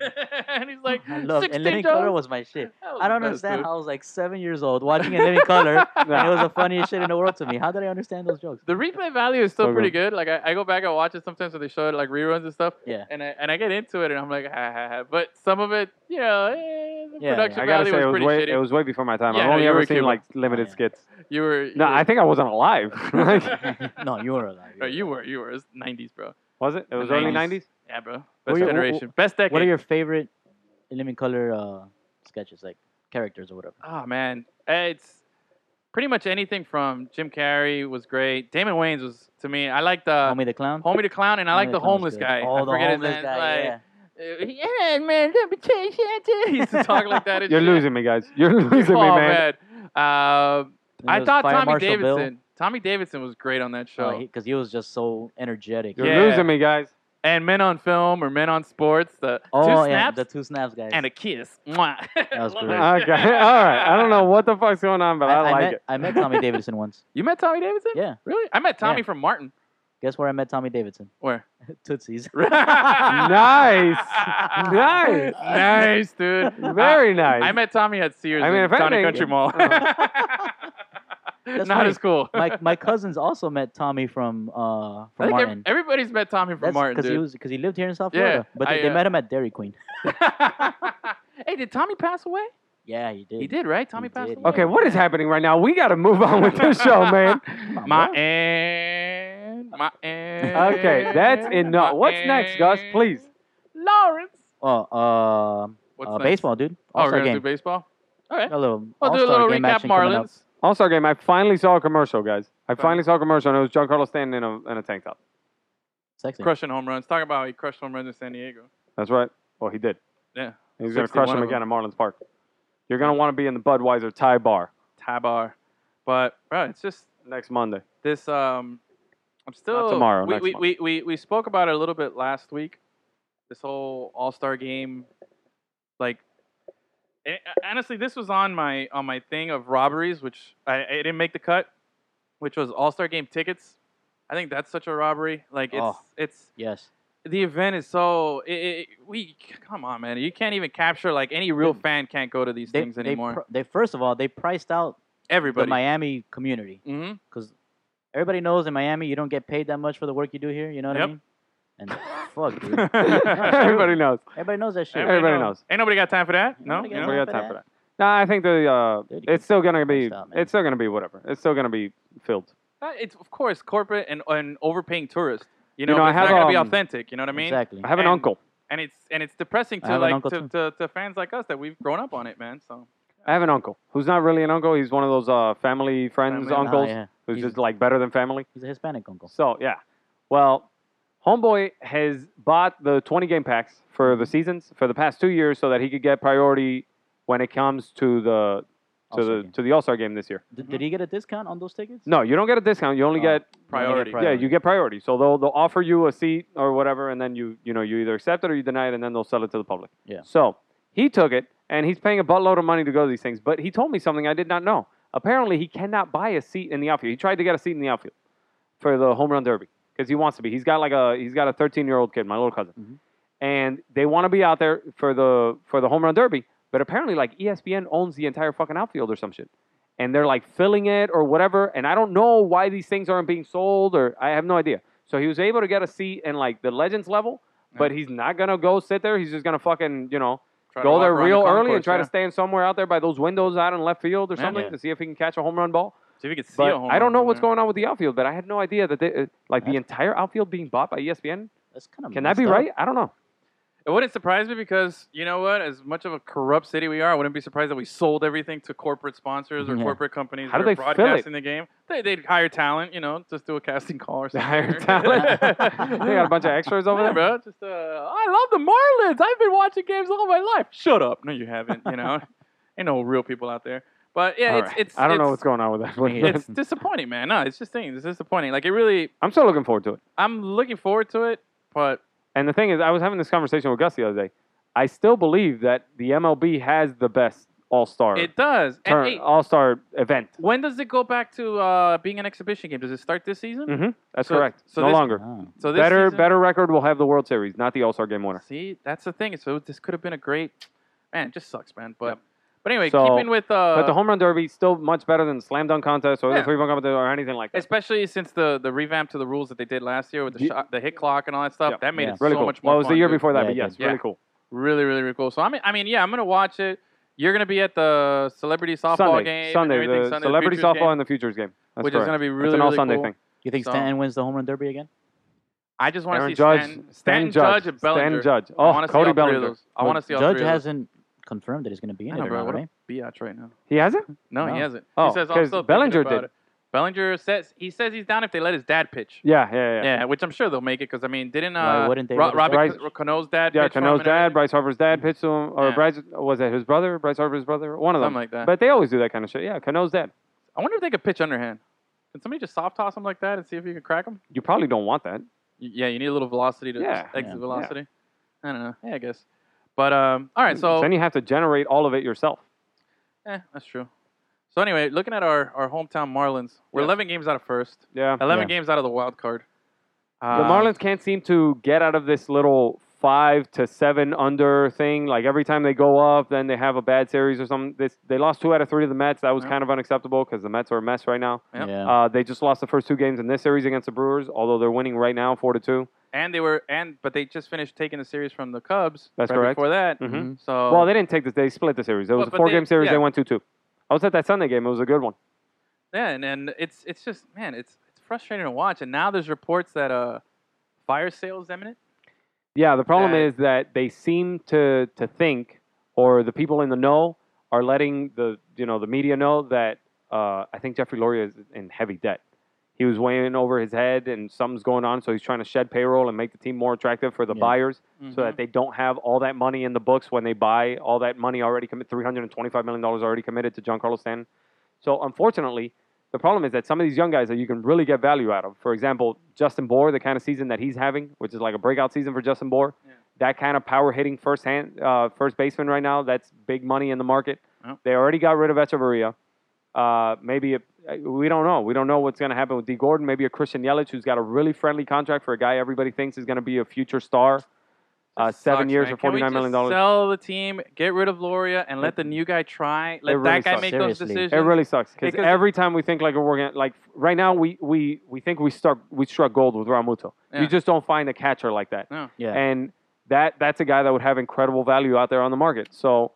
and he's like, I love 16 and Living jobs. Color was my shit. That was I don't the best, understand dude. how I was like seven years old watching In Living Color, and it was the funniest shit in the world to me. How did I understand those jokes? The replay value is still So pretty good. Like I, I go back and watch it sometimes when they show it like reruns and stuff, Yeah, and I and I get into it and I'm like, ha ha ha. But some of it, you know, eh, the Yeah, production I gotta value say, it was pretty way shitty. it was way before my time. Yeah, I've no, only you ever were seen Cuban. like limited yeah. skits. you were you No, were, I think I wasn't alive. Like, no, you were alive. or you were you were. It was 90s, bro. was it? It was The early 90s. '90s. Yeah, bro. What Best are your- generation, best decade. What are your favorite In Living Color uh, sketches, like characters or whatever? Oh man, it's pretty much anything from Jim Carrey was great. Damon Wayans was to me. I like the Homie the Clown. Uh, homie the clown, and I like Homie the Clown was homeless good. guy. Oh, I the forget his name. homeless guy. yeah. It's like, yeah. man, let me change that." He used to talk like that. and You're shit. losing me, guys. You're losing oh me, man. Uh, And there I was thought Fire Tommy Marshal Bill. Davidson. Tommy Davidson was great on that show. because he, 'cause he was just so energetic. You're Yeah. losing me, guys. and Men on Film or Men on Sports, the two Oh yeah, snaps the two snaps guys. and a kiss. Mwah. was Love great. Okay, Uh, all that shit. right. I don't know what the fuck's going on, but I, like met, it. I met Tommy Davidson once. You met Tommy Davidson? Yeah. Really? I met Tommy Yeah. from Martin. Guess where I met Tommy Davidson? Where? Tootsie's. nice. Nice. Nice, dude. Very nice. Uh, I met Tommy at Sears I mean, in if Town and anything- uh, Country Mall. Not funny. as cool. my my cousins also met Tommy from uh I from think ev- Martin. everybody's met Tommy from That's Martin, he dude. was because he lived here in South Yeah, Florida. but they, I, they uh, met him at Dairy Queen. hey, did Tommy pass away? Yeah, he did. He did, right? Tommy He passed did, away. yeah. Okay, what is happening right now? We got to move on with this show, man. My aunt, my aunt. Okay, that's my enough. What's next, Gus? aunt. Please. Lawrence. Oh, uh, What's uh, next? baseball, dude. Oh, we're All-star gonna do game. baseball. All right. A little I'll do a all-star little game recap. action coming up. Marlins. All Star game. I finally saw a commercial, guys. I finally saw a commercial, and it was Giancarlo standing in a, in a tank top. Sexy. Crushing home runs. Talking about how he crushed home runs in San Diego. That's right. Well, he did. Yeah. He's going 61 to crush him of again them. at Marlins Park. You're going to want to be in the Budweiser Thai Bar Tabar. But bro, it's just next Monday. this. Um, I'm still tomorrow, We next we, month. we, we we spoke about it a little bit last week. This whole All Star game, like, eh, honestly, this was on my on my thing of robberies, which I, I didn't make the cut, which was All Star game tickets. I think that's such a robbery. Like it's Oh. it's Yes. the event is so it, it, we come on man you can't even capture like any real fan can't go to these They, things they, anymore pr- they first of all they priced out the everybody Miami community hmm because everybody knows in Miami you don't get paid that much for the work you do here. You know what I Yep. mean? And fuck, dude. Everybody Everybody knows. Everybody knows that shit. Everybody knows. ain't nobody got time for that no Nobody you got know? We got time for that. No, I think the uh, Dude, you it's still gonna be Christ out, man. it's still gonna be whatever. It's still gonna be filled. Uh, It's of course corporate and, and overpaying tourists. You know, know, I it's have, not gonna be um, authentic. You know what I mean? Exactly. I have an And- uncle. And it's and it's depressing I to have an like uncle, to, too. to, to fans like us that we've grown up on it, man. So I have an uncle who's not really an uncle. He's one of those uh, family friends Family- Ah, uncles Ah, yeah. who's He's- just like better than family. He's a Hispanic uncle. So yeah, well, homeboy has bought the 20 game packs for the seasons for the past two years so that he could get priority when it comes to the to All-Star the game. to the All Star game this year. mm-hmm. Did, did he get a discount on those tickets? No, you don't get a discount. You only Oh. get priority. priority. yeah, you get priority. So they'll they'll offer you a seat or whatever, and then you you know you either accept it or you deny it, and then they'll sell it to the public. Yeah. So he took it, and he's paying a buttload of money to go to these things. But he told me something I did not know. Apparently, he cannot buy a seat in the outfield. He tried to get a seat in the outfield for the home run derby because he wants to be. He's got like a he's got a 13 year old kid, my little cousin, Mhm. and they want to be out there for the for the home run derby. But apparently, like E ESPN owns the entire fucking outfield or some shit, and they're like filling it or whatever. And I don't know why these things aren't being sold or I have no idea. So he was able to get a seat in like the legends level, but he's not gonna go sit there. He's just gonna fucking you know Try to go walk there around the real early and concourse, try yeah. to stand somewhere out there by those windows out in left field or Yeah. something Yeah. to see if he can catch a home run ball. See if we could see But a home I don't run know from what's there. going on with the outfield, but I had no idea that they, uh, like the That's- entire outfield being bought by E ESPN. That's kind of Can that be right? I don't know. It wouldn't surprise me because you know what? As much of a corrupt city we are, I wouldn't be surprised that we sold everything to corporate sponsors or Yeah. corporate companies How that do are they fill it? broadcasting the game. They they'd hire talent, you know, just do a casting call or They something. hired talent. they got a bunch of extras over Yeah, there. bro. Just uh, I love the Marlins. I've been watching games all my life. Shut up. No, you haven't. You know, ain't no real people out there. But yeah, All it's, right. it's I don't know what's it's, going on with that. one. going on. It's disappointing, man. No, it's just things. It's disappointing. Like it really, I'm still looking forward to it. I'm looking forward to it, but And the thing is, I was having this conversation with Gus the other day. I still believe that the MLB has the best All Star it does. And hey, All Star event. when does it go back to uh, being an exhibition game? Does it start this season? hmm That's So- correct. so no this- longer. Ah. So this Better season- better record will have the World Series, not the All Star Game winner. See, that's the thing. So this could have been a great, man. It just sucks, man. But but anyway, So- keeping with uh, but the home run derby is still much better than the slam dunk contest or Yeah. the three point contest or anything like that. Especially since the, the revamp to the rules that they did last year with the Ye- shot, the hit clock and all that stuff, Yeah. that made Yeah. it really so cool. much more. well, it was fun, the year dude. before that, Yeah, but it yes, did. really Yeah. cool. Really, really, really cool. So I mean, I mean, yeah, I'm gonna watch it. You're gonna be at the celebrity softball Sunday, game, and Sunday, everything, the Sunday, celebrity Futures softball game, and the futures game, That's which correct. is gonna be It's really, an all really Sunday cool. thing. You think So- Stanton wins the home run derby again? I just want to Aaron see Judge, Stan, Stan Stan, Judge, and Stan Bellinger. Judge. I Oh, wanna see all Cody three of Bellinger. those. I want to see all Judge three of those. hasn't confirmed that he's going to be in I know, it or bro. not, What a right? biatch right now. He has it. No, No. he hasn't. Oh, he says 'cause also Bellinger did. Bellinger says he says he's down if they let his dad pitch. Yeah, yeah, yeah. Yeah, which I'm sure they'll make it because I mean, didn't uh, Why wouldn't they Ro- let his Robert dad- Cano- Cano's dad? Yeah, pitch for him Cano's and everything? dad, Bryce Harper's dad pitched to him, or Yeah. Bryce was it his brother, Bryce Harper's brother, one of them. Something like that. But they always do that kind of shit. Yeah, Cano's dad. I wonder if they could pitch underhand. Can somebody just soft toss him like that and see if you can crack him? You probably don't want that. Y- Yeah, you need a little velocity to Yeah. exit Yeah. velocity. I don't know. Yeah, I guess. But um, all right, so then you have to generate all of it yourself. eh, that's true. So anyway, looking at our, our hometown Marlins, we're Yes. 11 games out of first, Yeah. 11 Yeah. games out of the wild card. the Uh, Marlins can't seem to get out of this little five to seven under thing. Like every time they go up, then they have a bad series or something. This, they lost two out of three to the Mets. That was Yeah. kind of unacceptable because the Mets are a mess right now. Yep. Yeah. Uh, they just lost the first two games in this series against the Brewers, although they're winning right now four to two. and they were and but they just finished taking the series from the Cubs. That's right correct. Before that, Mhm. so Well, they didn't take this; they split the series. It But- was a Oh. but four game they- series. yeah. They went two two. I was at that Sunday game. It was a good one. Yeah, and, and it's it's just man, it's it's frustrating to watch. And now there's reports that uh, fire sale is imminent. Yeah, the problem That- is that they seem to to think, or the people in the know are letting the you know the media know that uh, I think Jeffrey Loria is in heavy debt. He was way in over his head, and something's going on, so he's trying to shed payroll and make the team more attractive for the Yeah. buyers, so Mhm. that they don't have all that money in the books when they buy all that money already committed, three hundred and twenty-five million dollars already committed to Giancarlo Stanton. So unfortunately, the problem is that some of these young guys that you can really get value out of, for example, Justin Bohr, the kind of season that he's having, which is like a breakout season for Justin Bohr, Yeah. that kind of power hitting first hand uh, first baseman right now, that's big money in the market. Yeah. They already got rid of Echeverria. Uh, maybe it, we don't know. We don't know what's going to happen with D. Gordon. Maybe a Christian Yelich who's got a really friendly contract for a guy everybody thinks is going to be a future star. Uh, This seven sucks, years man. or Can we forty-nine million just dollars. Sell the team, get rid of Loria, and let the new guy try. Let It that really guy sucks. make Seriously. those decisions. It really sucks because Because- every time we think like we're working, like right now we we we think we struck we struck gold with Ramuto. Yeah. You just don't find a catcher like that, No. Yeah. and that that's a guy that would have incredible value out there on the market. So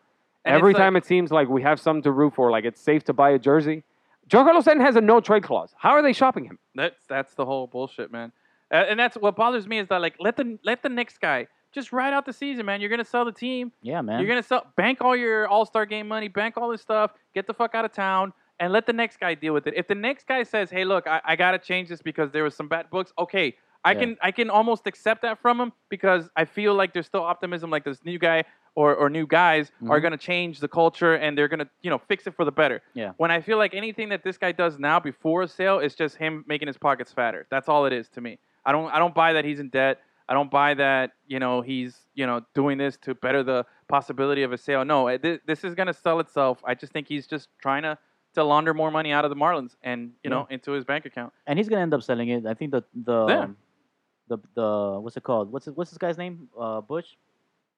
And Every it's like- time it seems like we have some to root for, like it's safe to buy a jersey. Giancarlo Stanton has a no trade clause. How are they shopping him? That's that's the whole bullshit, man. Uh, and that's what bothers me is that like let the let the next guy just ride out the season, man. You're gonna sell the team. Yeah, man. You're gonna sell, bank all your All Star game money, bank all this stuff, get the fuck out of town, and let the next guy deal with it. If the next guy says, "Hey, look, I, I gotta change this because there was some bad books," okay, I Yeah. can I can almost accept that from him because I feel like there's still optimism, like this new guy or or new guys are Mhm. gonna change the culture and they're gonna you know fix it for the better. Yeah. When I feel like anything that this guy does now before a sale is just him making his pockets fatter. That's all it is to me. I don't I don't buy that he's in debt. I don't buy that you know he's you know doing this to better the possibility of a sale. No, eh, thi- this is gonna sell itself. I just think he's just trying to to launder more money out of the Marlins and you know into his bank account. and he's gonna end up selling it. I think the the Yeah. um, the the what's it called? What's it, what's this guy's name? Uh, Bush.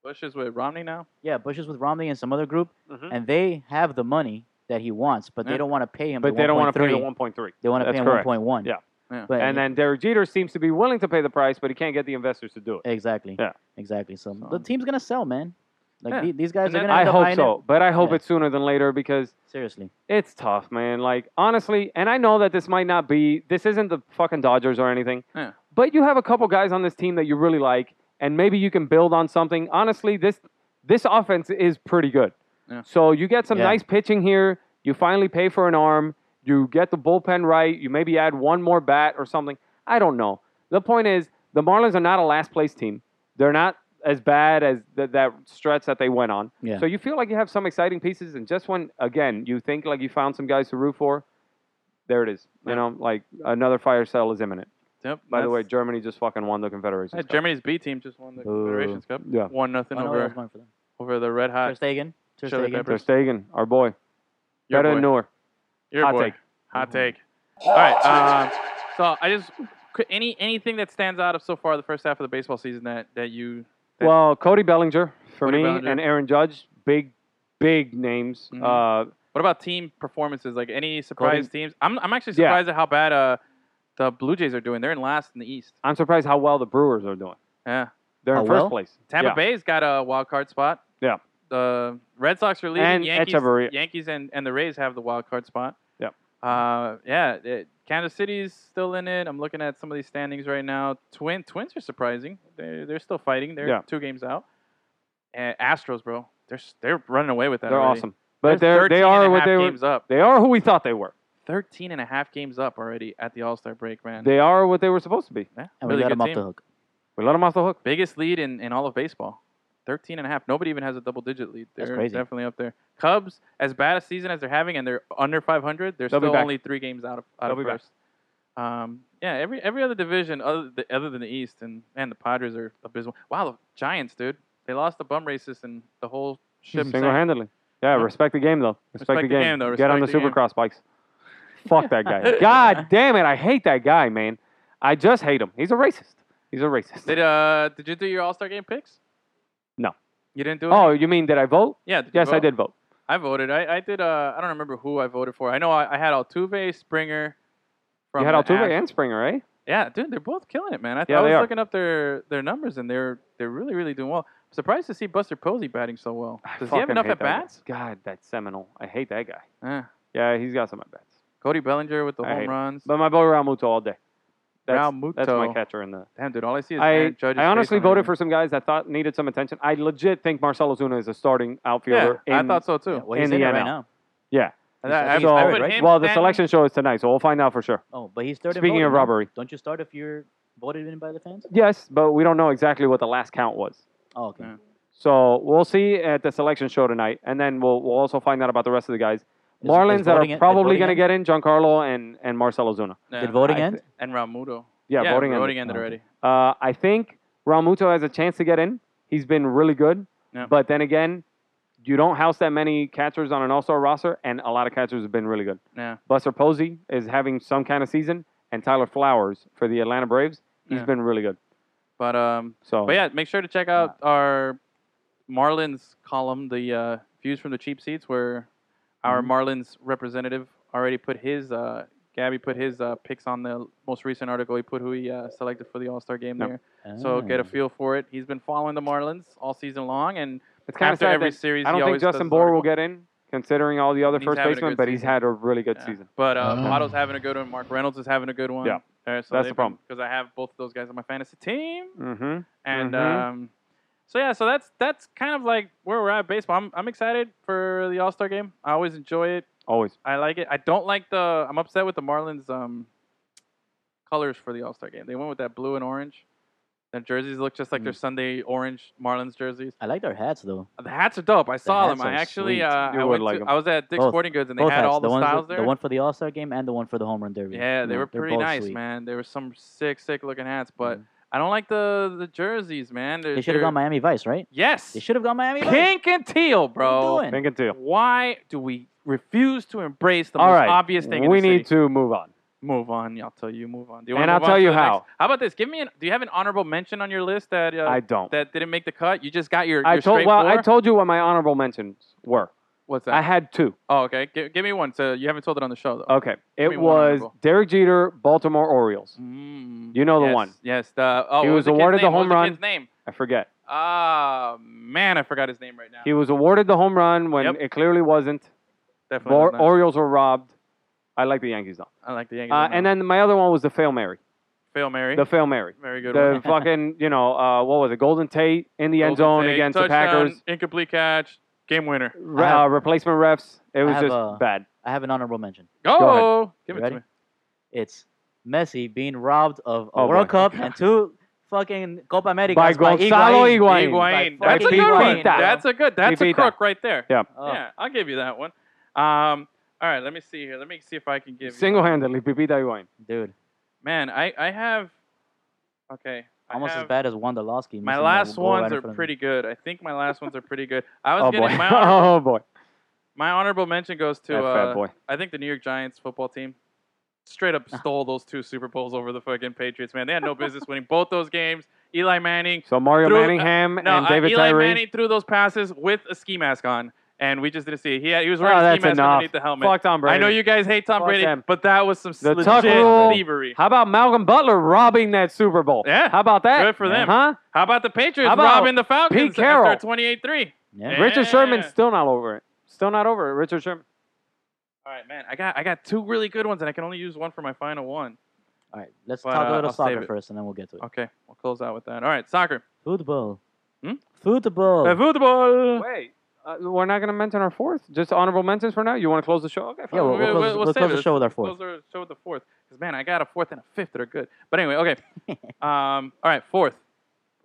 Bush is with Romney now. Yeah, Bush is with Romney and some other group, Mhm. and they have the money that he wants, but Yeah. they don't want to pay him. But they don't want to pay the 1.3. They want to That's pay him correct. 1.1. Yeah. Yeah. But And then Derek Jeter seems to be willing to pay the price, but he can't get the investors to do it. exactly. Yeah. Exactly. So, So- the team's gonna sell, man. Like Yeah. the- these guys And are that- gonna. I end up hope buying so, but I hope Yeah. it's sooner than later because it. Seriously. it's tough, man. Like honestly, and I know that this might not be this isn't the fucking Dodgers or anything. Yeah. But you have a couple guys on this team that you really like, and maybe you can build on something. Honestly, this this offense is pretty good. Yeah. So you get some Yeah. nice pitching here. You finally pay for an arm. You get the bullpen right. You maybe add one more bat or something. I don't know. The point is, the Marlins are not a last place team. They're not as bad as th- that stretch that they went on. Yeah. So you feel like you have some exciting pieces, and just when again you think like you found some guys to root for, there it is. You Yeah. know, like another fire sale is imminent. Yep. By the that's- way, Germany just fucking won the Confederation. Yeah, Germany's B team just won the Boo. Confederations Cup. Yeah. One nothing Oh, no, that was over one for them. over the Red Ter Hot. Stegen. Ter Chili Stegen. pepper. Ter Stegen, our boy, Your better boy. than Neuer. Your Hot boy. take. Mm-hmm. Hot take. All right. Um, so I just could- any anything that stands out of so far the first half of the baseball season that that you Yeah. Well, Cody Bellinger for Cody me Bellinger. and Aaron Judge, big, big names. Mhm. Uh, what about team performances like any surprise teams? I'm I'm actually Yeah. surprised at how bad uh the Blue Jays are doing. They're in last in the East. I'm surprised how well the Brewers are doing. Yeah. They're How in well? first place. Tampa Yeah. Bay's got a wild card spot. Yeah. The Red Sox are leading. And Yankees, Echeverria. Yankees and, and the Rays have the wild card spot. Yeah. Uh, yeah. It, Kansas City's still in it. I'm looking at some of these standings right now. Twin Twins are surprising. They they're still fighting. They're Yeah. two games out. And Astros, bro, they're s- they're running away with that. They're already. awesome, but they're they 13 are and a what half they were. games up. They are who we thought they were. 13 and a half games up already at the All Star break, man. They are what they were supposed to be. yeah, And really we got good him off team. the hook. We let them off the hook. Biggest lead in, in all of baseball. 13 and a half. Nobody even has a double digit lead. They're That's crazy. definitely up there. Cubs, as bad a season as they're having, and they're under 500, they're They'll be still back. only three games out of, out They'll of be back. first. Um, yeah, every every other division other, the, other than the East and, and the Padres are abysmal. Wow, the Giants, dude. They lost the bum races and the whole ship. sank. Single handedly. Yeah, respect the game though. Respect, the game. though. Get on the Respect the game. supercross bikes. Fuck that guy. God damn it, I hate that guy, man. I just hate him. He's a racist. He's a racist. Did uh did you do your All Star game picks? No. You didn't do it. oh, you mean did I vote? yeah. did you Yes, I vote? did vote. I voted. I, I did. Uh, I don't remember who I voted for. I know I, I had Altuve, Springer. From you had the Altuve Astros. and Springer, eh? right? Yeah, dude, they're both killing it, man. I, Yeah, I was they are. looking up their, their numbers, and they're they're really really doing well. I'm surprised to see Buster Posey batting so well. Does he have enough at bats? God, that's seminal. I hate that guy. Eh. Yeah, he's got some at bats. Cody Bellinger with the I hate home him. runs. But my boy Ramuto all day. That's, that's my Ramuto. catcher in the. Damn, dude, all I see is I, Aaron Judge's I honestly face on voted everything. for some guys that thought needed some attention. I legit think Marcelo Zuna is a starting outfielder. Yeah, I in- thought so too. Yeah, well, he's In in the it right NL. now. And I- he's- I he's would so- put right? him, Well, the Stanton- selection show is tonight, so we'll find out for sure. Oh, but he's third. in Speaking voting, of no? robbery. don't you start if you're voted in by the fans? Yes, but we don't know exactly what the last count was. Oh, okay. Yeah. So we'll see at the selection show tonight, and then we'll, we'll also find out about the rest of the guys. Is- Marlins is that voting are in- did probably voting going to in? get in, Giancarlo and, and Marcelo Zuna. Yeah. Did voting I end? and Ramuto. Yeah, voting in. voting ended already. Uh, I think Ramuto has a chance to get in. He's been really good. Yeah. But then again, you don't house that many catchers on an all-star roster, and a lot of catchers have been really good. Yeah. Buster Posey is having some kind of season, and Tyler Flowers for the Atlanta Braves, he's Yeah. been really good. But um, So But yeah, make sure to check out our Marlins column, the uh, views from the cheap seats, where our Mm-hmm. Marlins representative already put his, uh, Gabby put his uh, picks on the most recent article. He put who he uh, selected for the All Star game Oh. Yep. Ah. there. So get a feel for it. He's been following the Marlins all season long, and It's kind of After sad. every that series, I he don't think always Justin does Bohr will articles. get in, considering all the other And he's first having a basemen. good But he's season. had a really good Yeah. season. Ah. But uh, Oh. Votto's having a good one. Mark Reynolds is having a good one. Yeah. All right, so That's the problem. Because I have both those guys on my fantasy team, Mm-hmm. and Mhm. um, so yeah, so that's that's kind of like where we're at with baseball. I'm I'm excited for the All Star game. I always enjoy it. Always. I like it. I don't like the. I'm upset with the Marlins um, colors for the All Star game. They went with that blue and orange. Their jerseys look just like Mm. their Sunday orange Marlins jerseys. I like their hats though. The hats are dope. I saw hats them. I are actually, sweet. uh, You I, would went like to- 'em. I was at Dick's Both- Sporting Goods and they Both had hats. all the, the, ones- styles the there. one for the All Star game and the one for the home run derby. Yeah, they They're were pretty both nice, sweet. Mm. man. They were some sick, sick looking hats, but I don't like the the jerseys, man. They're, They should have they're- gone Miami Vice, right? Yes, They should have gone Miami Vice. pink and teal, bro. doing? Think and deal. Why do we refuse to embrace the All most right, obvious thing? in We the need city? to move on. move on. I'll tell you, move on. Do you And wanna I'll move on tell to you the next- how. How about this? Give me an. Do you have an honorable mention on your list that uh, I don't. that didn't make the cut? You just got your. I your told. straight Well, I four? told you what my honorable mentions were. What's I Uh, that? had two. oh, okay. Give, give me one. So you haven't told it on the show though. Okay. It me one was honorable. Derek Jeter, Baltimore Orioles. Mm. You know the Yes, one. Yes. The, oh, He what was awarded the the kid's name? What home was run. kid's name. I forget. Ah, man, I forgot his name right now. He was awarded the home run when Yep. it clearly wasn't. Definitely. Or- was not. Orioles were robbed. I like the Yankees though. I like the Yankees. Uh, and then my other one was the Fail Mary. Phil Mary. The Fail Mary. Very good The one. fucking, you know, uh, what was it? Golden Tate in the end Golden zone Tate, against the touchdown, Packers. Incomplete catch. Game winner. Re- I have- uh, replacement refs. It was have just a- bad. I have an honorable mention. Go. Give You it ready? to me. It's Messi being robbed of a Oh, World boy. Cup and two fucking Copa Americas By Gonzalo Higuaín. Higuaín. By That's a fucking good one. Higuaín. That's a good. That's a Higuaín. crook right there. Yeah. Oh. Yeah, I'll give you that one. Um, all right, let me see here. Let me see if I can give you. Single-handedly, Pipita Higuain. dude, Man, I I have. Okay. I almost have, as bad as Wondolowski. My missing last that goal right ones in are front of me. pretty good. I think my last ones are pretty good. I was Oh getting boy. my honor- oh boy. my honorable mention goes to That fat uh, boy. I think the New York Giants football team straight Uh-huh. up stole those two Super Bowls over the fucking Patriots, man. They had no business winning both those games. Eli Manning. So Mario Through- Manningham No, and uh, David Eli Tyree. Manning threw those passes with a ski mask on, and we just didn't see it. He, had, he was Oh, wearing a that's ski mask enough. underneath the helmet. Fuck Tom Brady. I know you guys hate Tom Fuck Brady, them. but that was some The legit tuck rule. thievery. How about Malcolm Butler robbing that Super Bowl? Yeah. How about that? Good for them. Huh? How about the Patriots How about robbing the Falcons Carroll? after 28-3? Yeah. Richard Sherman's Yeah. still not over it. Still not over it. Richard Sherman. All right, man. I got I got two really good ones, and I can only use one for my final one. All right, let's But, talk uh, a little I'll save soccer it. Hmm? first, and then we'll get to it. Okay, we'll close out with that. All right, soccer. Football. Hmm? Oh. Football. Uh, football. Wait. Uh, we're not going to mention our fourth. Just honorable mentions for now. You want to close the show? Okay. Fine. yeah, we'll- we'll, we'll close, we'll we'll save close the this. show with our Those fourth. are show with the fourth. Because man, I got a fourth and a fifth that are good. But anyway, okay. um, all right, fourth.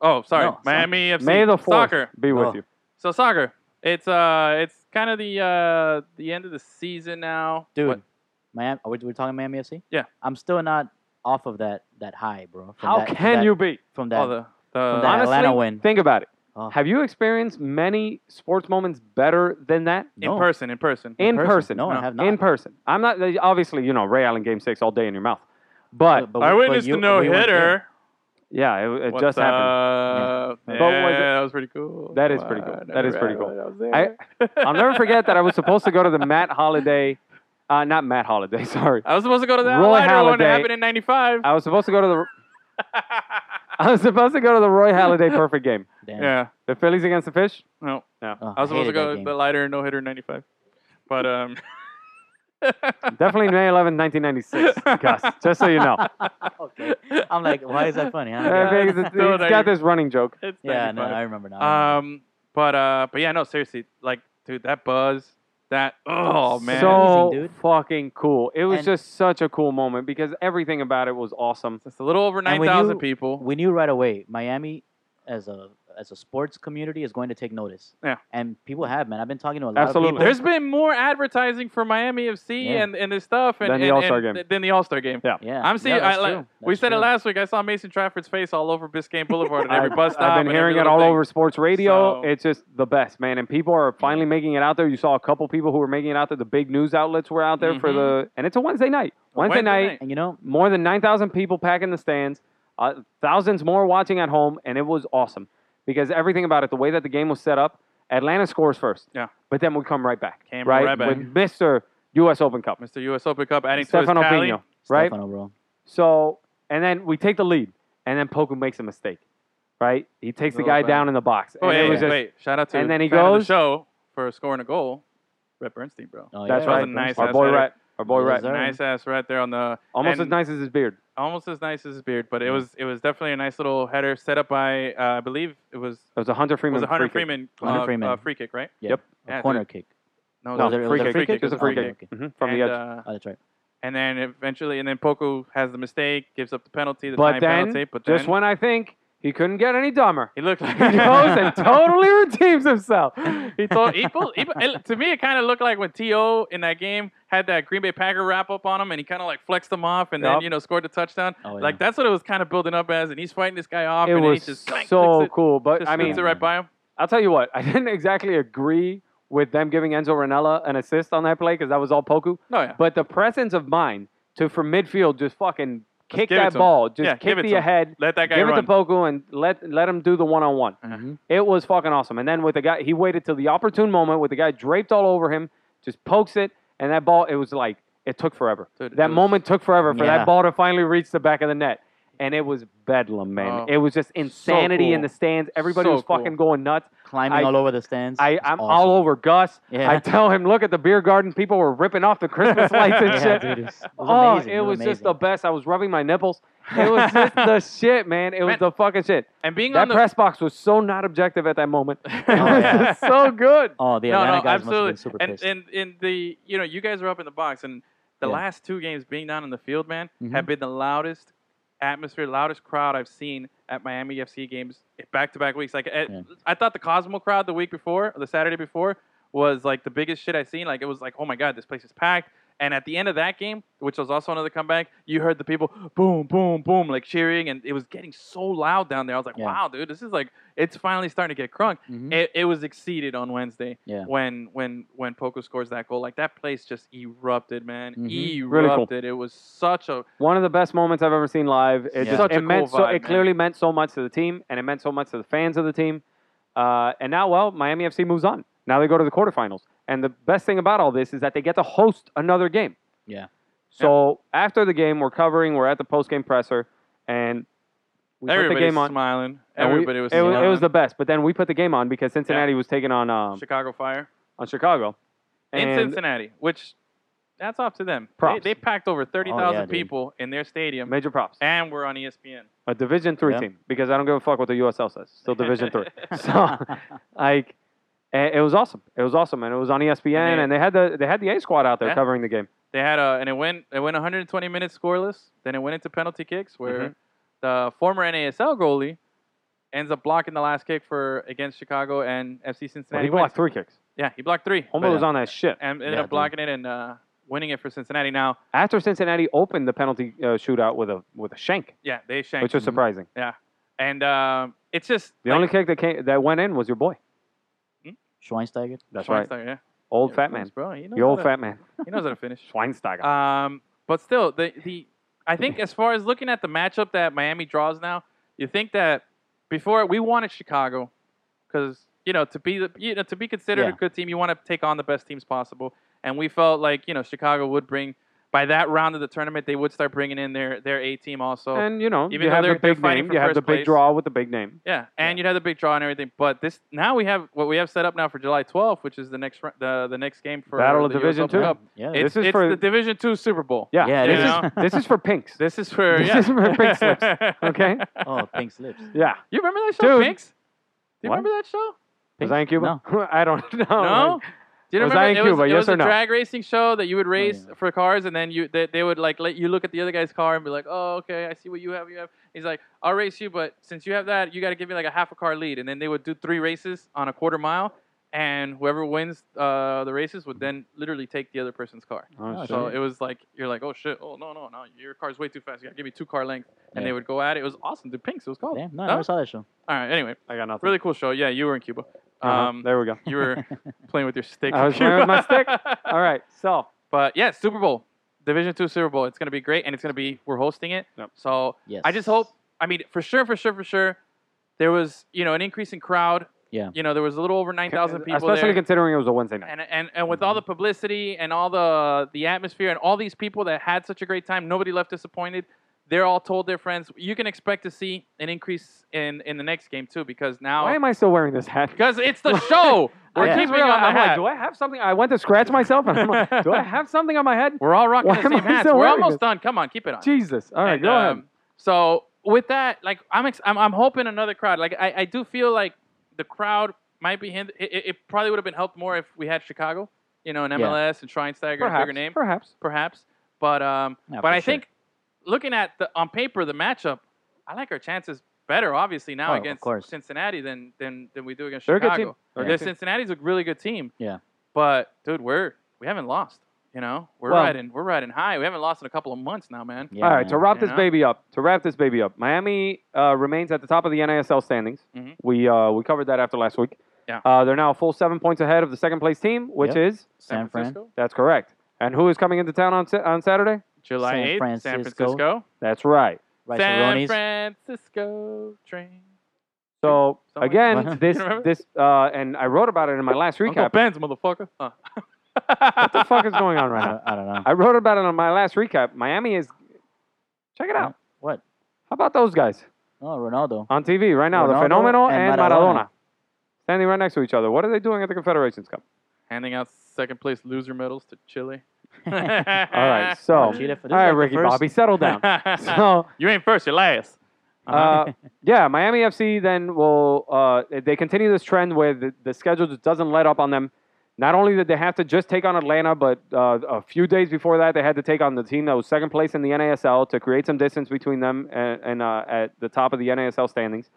Oh, sorry, No, Miami FC. May the fourth Soccer. be with Oh. you. So soccer. It's uh, it's kind of the uh, the end of the season now. Dude, But Miami, are we, we're talking Miami FC? Yeah. I'm still not off of that that high, bro. from How that- can that- you be? From that. all Oh, the the From that Honestly, Atlanta win. Think about it. Oh. Have you experienced many sports moments better than that? in No. person, in person. In person. No, No. I have not. In person. I'm not, obviously, you know, Ray Allen game six all day in your mouth. But, But- I but witnessed you- the no we weren't there. hitter. yeah, it, it just happened. Yeah, But was it- that was pretty cool. That is Come pretty cool. on, That is pretty right cool. when I was I- there. I'll never forget that I was supposed to go to the Matt Holiday, uh, not Matt Holiday, sorry. I was supposed to go to that Roy Lighter one that Halladay. Oh, happened in '95. I was supposed to go to the I was supposed to go to the Roy Halladay perfect game. Damn. yeah. The Phillies against the Fish. No. No, Oh, I was supposed to hated go that game. the lighter no hitter '95, but um. definitely May 11, 1996. Gus, just so you know, okay. I'm like, why is that funny? Huh? Yeah. Uh, because that's it's- still he's got there. this running joke. It's Yeah, no, 95. I remember now. Um, but uh, but yeah, no, seriously, like, dude, that buzz, that oh man, so Amazing, dude. fucking cool. It was And- just such a cool moment because everything about it was awesome. it's a little over And nine when thousand you- people. we knew right away Miami as a as a sports community is going to take notice. Yeah. And people have, man. I've been talking to a lot Absolutely. of people. There's been more advertising for Miami FC Yeah. and and this stuff and Than the and- All-Star and game. th- than the All Star game. yeah. I'm seeing. Yeah, I, that's like, true. we That's said it true. last week. I saw Mason Trafford's face all over Biscayne Boulevard and every I- bus stop. I've been and hearing every it little all thing. over sports radio. So- It's just the best, man. And people are finally making it out there. You saw a couple people who were making it out there. The big news outlets were out there for Mhm. the, and it's a Wednesday night. Wednesday, Wednesday night, night. And you know, more than 9,000 people packing the stands, uh, thousands more watching at home, and it was awesome because everything about it, the way that the game was set up, Atlanta scores first. Yeah. But then we come right back. Came right, right back. With Mr. U.S. Open Cup, Mr. U.S. Open Cup adding Stefano to his tally. Pino. Right? Stefano, bro. So, and then we take the lead, and then Poku makes a mistake. right? He takes the Little guy bad. down in the box. Oh, and wait, it was wait, just- wait. Shout out to and then he fan of the goes- show for scoring a goal. Rep Bernstein, bro. Oh, That's That was right. a nice Our ass boy header. Rat. Our boy Yes, Rat. sir. Nice ass right there on the Almost as And- nice as his beard. almost as nice as his beard, but it was it was definitely a nice little header set up by uh, I believe it was It was a Hunter it Freeman. was a Hunter free kick. Freeman, Hunter uh, Freeman. uh, free kick, right? Yeah. Yep. A Yeah, corner kick. No, No, it was a- it free was a kick. free kick? It was a free Okay, kick Mhm, from and, the edge. uh, Oh, that's right. and then eventually, and then Poku has the mistake, gives up the penalty, the But time then, penalty. But Just then when I think he couldn't get any dumber, he looked like he goes and totally redeems himself. he told he pulled, he, it- to me it kind of looked like when To in that game had that Green Bay Packer wrap up on him, and he kind of like flexed him off, and then Yup. you know scored the touchdown. Oh, yeah. Like that's what it was kind of building up as, and he's fighting this guy off, It and then was he just clank, so flicks it, cool, but just I flicks mean, it right by him. I'll tell you what, I didn't exactly agree with them giving Enzo Ranella an assist on that play because that was all Poku. No, Oh, yeah. But the presence of mind to from midfield just fucking kick give it that to him. ball, just Yeah, give kick it the to him. ahead, Let that guy give run. it to Poku, and let let him do the one on one. Mhm. It was fucking awesome. And then with the guy, he waited till the opportune moment with the guy draped all over him, just pokes it, and that ball. It was like it took forever. Dude, it that was- moment took forever for Yeah. that ball to finally reach the back of the net. And it was bedlam, man. Oh. it was just insanity in cool. the stands. Everybody So was fucking going nuts. Climbing I- all over the stands. I, It's I'm awesome. all over Gus. Yeah. I tell him, look at the beer garden. People were ripping off the Christmas lights and Yeah, shit. dude, it was, it was oh, amazing. it, it was, just the amazing. best. I was rubbing my nipples. It was just the shit, man. It was Man. the fucking shit. And being That on the Oh, press box was so not objective at that moment. It was yeah. just so good. Oh, the no, Atlanta no, guys must have absolutely. been super and pissed. and in the you know you guys are up in the box, and the Yeah. last two games being down in the field, man, Mm-hmm. Mhm. have been the loudest atmosphere, loudest crowd I've seen at Miami FC games back to back weeks. Like at, Yeah. I thought the Cosmo crowd the week before, the Saturday before, was like the biggest shit I seen. Like it was like, oh my god, this place is packed. And at the end of that game, which was also another comeback, you heard the people boom, boom, boom, like cheering, and it was getting so loud down there. I was like, Yeah. wow, dude, this is like it's finally starting to get crunk. Mm-hmm. Mhm. It, it was exceeded on Wednesday Yeah. when when when Poco scores that goal. Like that place just erupted, man. Mhm. Mm-hmm. Really cool. Erupted. It was such a One of the best moments I've ever seen live. It, Yeah. just, Such a it meant cool so, vibe, man. it clearly meant so much to the team, and it meant so much to the fans of the team. Uh, and now, well, Miami FC moves on. Now they go to the quarterfinals. And the best thing about all this is that they get to host another game. Yeah. So after the game, we're covering. We're at the post game presser, and we put the everybody game on. smiling. and we- Everybody was it was, smiling. it was the best. But then we put the game on because Cincinnati was taking on um, Chicago Fire on Chicago. in And Cincinnati, which that's off to them. They, Props. Oh, they packed over thirty thousand yeah, dude. people in their stadium, major props. and we're on E ESPN. A Division Three Yeah. team because I don't give a fuck what the USL says. Still Division Three. So like, eh, it was awesome. It was awesome, and it was on E ESPN, And and, they- they had the they had the A squad out there Yeah. covering the game. They had a and it went it went 120 minutes scoreless. Then it went into penalty kicks where Mm-hmm. the former NASL goalie ends up blocking the last kick for against Chicago and FC Cincinnati. Well, he wins. blocked three kicks. Yeah, he blocked three. Homeboy Right was on. on that shit. and ended Yeah, up blocking it and uh, winning it for Cincinnati. Now, After Cincinnati opened the penalty uh, shootout with a with a shank, yeah, they shanked. which was surprising. and um, it's just The like- only kick that came that went in was your boy. Schweinsteiger. That's right, Schweinsteiger, yeah. old Yeah, fat of man. course, bro. He knows The old how to- fat man, He knows how to finish. Schweinsteiger. Um, but still, the the I think as far as looking at the matchup that Miami draws now, you think that before we wanted Chicago because you know to be the- you know to be considered a Yeah. good team, you want to take on the best teams possible, and we felt like you know Chicago would bring. By that round of the tournament, they would start bringing in their, their A team also. and you know, even you though have the they're- they're big fighting name. for You have first the big place. draw with the big name. Yeah, and you'd have the big draw and everything. But this now we have what we have set up now for July 12th, which is the next ro- the the next game for Battle of the US Division Open Two. Cup. Yeah. It's, This is it's for- the Division Two Super Bowl. Yeah, Yeah, it this, is. is, this is for pinks. This is for This yeah. is for pink slips, Okay, oh, pink slips. yeah. You remember that show, Dude. Pinks? Do you What? remember that show? Was I in Cuba? I don't know. No. Do you Was remember I in it was, Cuba? it Yes was or a no? Oh, drag racing show that you would race yeah. for cars, and then you they, they would like let you look at the other guy's car and be like, "Oh, okay, I see what you have. You have." He's like, "I'll race you, but since you have that, you got to give me like a half a car lead." And then they would do three races on a quarter mile, and whoever wins uh, the races would then literally take the other person's car. Oh, Oh, shit. So Right. it was like you're like, "Oh shit! Oh no, no, no! Your car's way too fast. You got to give me two car length." And Yeah. they would go at it. It was awesome. The Pinks. It was Oh. called. Yeah, no, I Huh? never saw that show. All right. Anyway, I got nothing. really cool show. Yeah, you were in Cuba. Uh-huh. Um, there we go. you were playing with your stick. I was playing with my stick. All right, so But yeah, Super Bowl, Division Two Super Bowl. It's gonna be great, and it's gonna be we're hosting it. Yep. So Yes. I just hope. I mean, for sure, for sure, for sure, there was you know an increase in crowd. Yeah. You know there was a little over nine thousand people especially there. considering it was a Wednesday night. and, and, and with all Mm-hmm. the publicity and all the the atmosphere and all these people that had such a great time, nobody left disappointed. They're all told their friends. You can expect to see an increase in in the next game too, because now Why am I still wearing this hat? because it's the show. We're I just keeping on realized- the I'm like, hat. do I have something? I went to scratch myself, and I'm like, do I have something on my head? We're all rocking Why the am same I hats. still We're wearing almost this? done. Come on, keep it on. Jesus. All right, And, go ahead. um, so with that, like I'm, ex- I'm, I'm hoping another crowd. Like I, I do feel like the crowd might be hind- it, it- it probably would have been helped more if we had Chicago, you know, and Yeah. MLS and Schweinsteiger and a bigger Perhaps. name, Perhaps. perhaps. But um, Yeah, but for I sure. think looking at the on paper the matchup, I like our chances better obviously now Oh, of against course. Cincinnati than than than we do against They're a good Chicago. team. They're a Yeah, good team. Cincinnati's a really good team. Yeah. But dude, we're we haven't lost. You know, we're Well- riding we're riding high. We haven't lost in a couple of months now, man. Yeah, All right, to man. wrap You this know? baby up, to wrap this baby up, Miami uh, remains at the top of the NASL standings. Mhm. We uh, we covered that after last week. Yeah. Uh, they're now a full seven points ahead of the second place team, which is San Fran. that's correct. And who is coming into town on Sa- on Saturday? July San 8th, San Francisco. Francisco. That's right. Rice San Aroni's. Francisco train. So Something like again, that. this You remember? this uh, and I wrote about it in my last Uncle recap. Ben's motherfucker. Huh. What the fuck is going on right I, now? don't, I don't know. I wrote about it on my last recap. Miami is check it out. What? How about those guys Oh, Ronaldo. on TV right now? Ronaldo the Phenomenal and and Maradona. Maradona standing right next to each other. What are they doing at the Confederations Cup? Handing out second place loser medals to Chile. All All right, so Oh, all Chile for- this is right, like the Ricky first- Bobby, settle down. so you ain't first, you're last. uh, yeah, Miami FC then will uh, they continue this trend where the, the schedule just doesn't let up on them. Not only did they have to just take on Atlanta, but uh, a few days before that, they had to take on the team that was second place in the NASL to create some distance between them and, and uh, at the top of the NASL standings.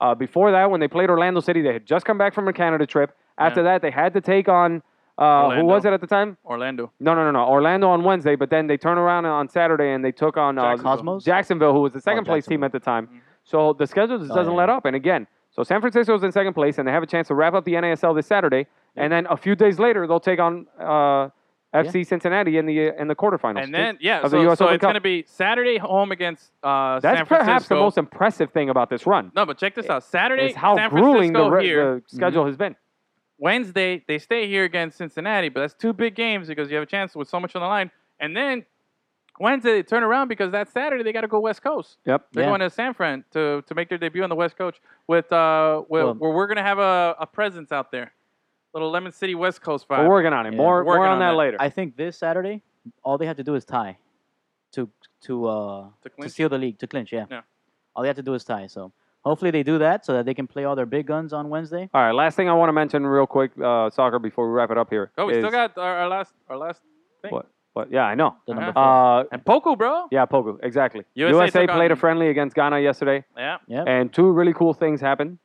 Uh, before that, when they played Orlando City, they had just come back from a Canada trip. After that, they had to take on uh, who Orlando. was it at the time? Orlando. No, no, no, no. Orlando on Wednesday, but then they turn around on Saturday and they took on uh, Jacksonville. Cosmos. Jacksonville, who was the second Oh, place team Jacksonville. at the time. Mhm. So the schedule just Oh, doesn't yeah. let up. And again, so San Francisco's in second place, and they have a chance to wrap up the NASL this Saturday. And then a few days later, they'll take on uh, FC Cincinnati in the in the quarterfinals. And then, yeah, Of the so, US so Open it's going to Cup. be Saturday home against uh, that's San Francisco. perhaps the most impressive thing about this run no, but check this out. Saturday, is how San grueling Francisco the, re- here. Mm-hmm. the schedule has been. Mm-hmm. Wednesday, they stay here against Cincinnati, but that's two big games because you have a chance with so much on the line. And then Wednesday, they turn around because that Saturday they got to go West Coast. Yep. They're Yeah. going to San Fran to, to make their debut on the West Coast with uh, with, Well- where we're going to have a, a presence out there, little Lemon City West Coast vibe. We're working on it. Yeah, more working more on, on that, that. later. I think this Saturday, all they have to do is tie, to to uh To to clinch? seal the league to clinch. Yeah. Yeah. All they have to do is tie. So hopefully they do that so that they can play all their big guns on Wednesday. All right. Last thing I want to mention real quick, uh, soccer, before we wrap it up here. Oh, we still is- got our, our last our last thing. What? But yeah, I know. The Uh-huh. number four. Uh, And Poku, bro. Yeah, Pogo, exactly. USA USA, took played on- a friendly against Ghana yesterday, Yeah. Yep. and two really cool things happened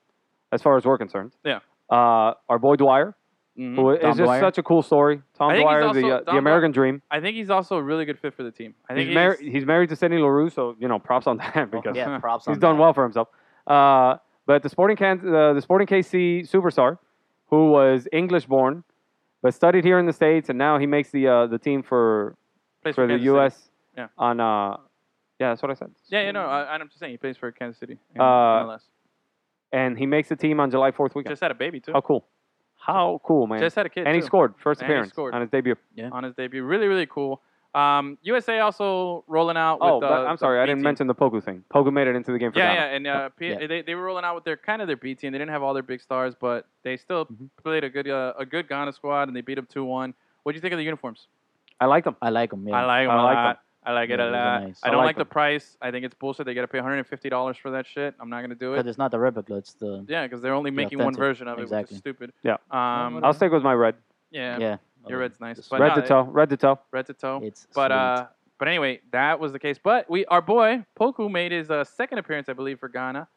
as far as we're concerned. Yeah. Uh, our boy Dwyer, Mhm. who is Tom just Dwyer. such a cool story. Tom I think he's Dwyer, also- the, uh, Tom the Dwyer- American dream. I think he's also a really good fit for the team. I think He's, mar- he's married to Cindy LaRue, so, you know, props on that because yeah, props he's on done that. well for himself. Uh, but the Sporting, Can- uh, the Sporting KC superstar, who was English born, but studied here in the States, and now he makes the, uh, the team for, plays for the Kansas City. U.S. Yeah. on, uh, yeah, that's what I said. Yeah, you know, I, I'm just saying he plays for Kansas City. in Uh, MLS. And he makes the team on July 4th weekend. Just had a baby too. How cool. How cool, man. Just had a kid. and he too. scored. First And he appearance scored. on his debut. on his debut. Really, really cool. Um, USA also rolling out. Oh, with, uh, but I'm sorry. the I B didn't team. mention the Pogu thing. Pogu made it into the game for Yeah, Ghana. yeah, and uh, P- Yeah. They, they were rolling out with their kind of their B team. They didn't have all their big stars, but they still Mm-hmm. Mhm. played a good uh, a good Ghana squad, and they beat them two one. What do you think of the uniforms? I liked him. I like him. Yeah. I like 'em I a like lot. I like it Yeah, a those are lot. nice. I I don't like like the them. price. I think it's bullshit. They got to pay 150 dollars for that shit. I'm not gonna do because it. it's not the replica, it's the Yeah, because they're only the making one authentic. version of it, which Exactly. is stupid. Yeah. Um, I'll stick with my red. yeah, yeah. your red's nice. But Red no, to toe. Red to toe. Red to toe. It's But sweet. uh, but anyway, that was the case. But we, our boy Poku made his uh, second appearance, I believe, for Ghana.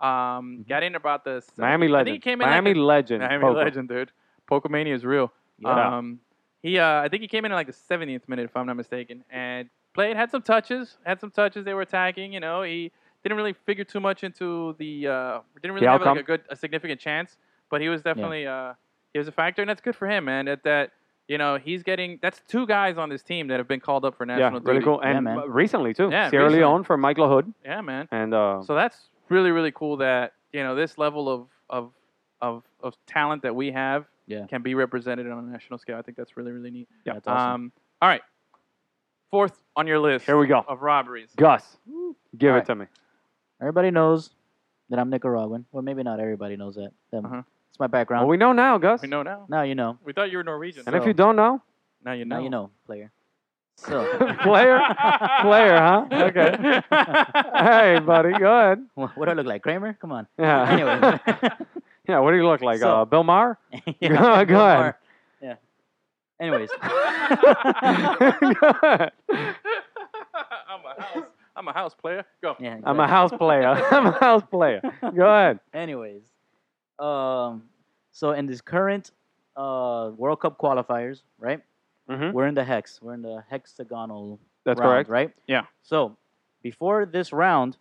Um, got in about the Mm-hmm. Miami I think he legend. came in Miami like the, legend. Miami Pogu. legend, dude. Pokemania is real. Yeah. Um, he, uh, I think he came in at like the 70th minute, if I'm not mistaken, and played had some touches, had some touches. They were attacking. You know, he didn't really figure too much into the, uh, didn't really have like outcome? a good, a significant chance, but he was definitely, uh, he was a factor, and that's good for him, man. At that, you know, he's getting that's two guys on this team that have been called up for Yeah, national really duty. cool. Yeah, And man. uh, recently, too. Yeah, Sierra recently. Leone for Michael Hood. Yeah, man. And uh, So that's really really cool that you know this level of of of, of talent that we have Yeah. can be represented on a national scale. I think that's really really neat. yeah. That's awesome. Um, all right, Fourth on your list Here we go. of robberies. Gus, give All it right. to me. Everybody knows that I'm Nicaraguan. Well, maybe not everybody knows that. Them- Uh-huh. It's my Well, background. we know now, Gus. We know now. now you know. We thought you were Norwegian. and if so- you don't know, now you know. Now you know, player. So, player, player, huh? Okay. hey, buddy, go ahead. what do I look like? Kramer? Come on. Yeah. Anyway. yeah. What do you look like, So- uh, Bill Maher? Yeah, Go ahead. Omar. Yeah. Anyways, I'm a house. I'm a house player. Go. yeah. I'm a exactly. house player. I'm a house player. Go ahead. Anyways, um, so in this current uh, World Cup qualifiers, right? Mhm. We're in the hex. We're in the hexagonal. That's round, correct. right? Yeah. So before this round,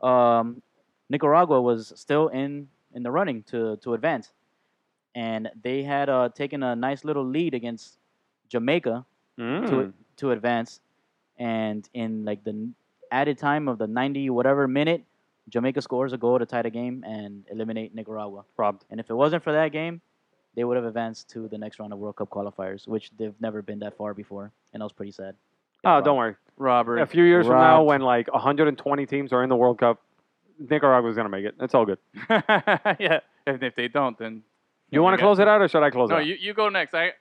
um, Nicaragua was still in in the running to to advance, and they had uh, taken a nice little lead against Jamaica Mm. to advance, and in like the n- added time of the ninety whatever minute, Jamaica scores a goal to tie the game and eliminate Nicaragua. Robbed. And if it wasn't for that game, they would have advanced to the next round of World Cup qualifiers, which they've never been that far before, and that was pretty sad. Oh, don't worry. Robbery. A few years from now, Robbed. when like 120 teams are in the World Cup, Nicaragua's gonna make it. It's all good. yeah. And if they don't, then You want to got- close it out, or should I close No, it? out? you, you go next. I,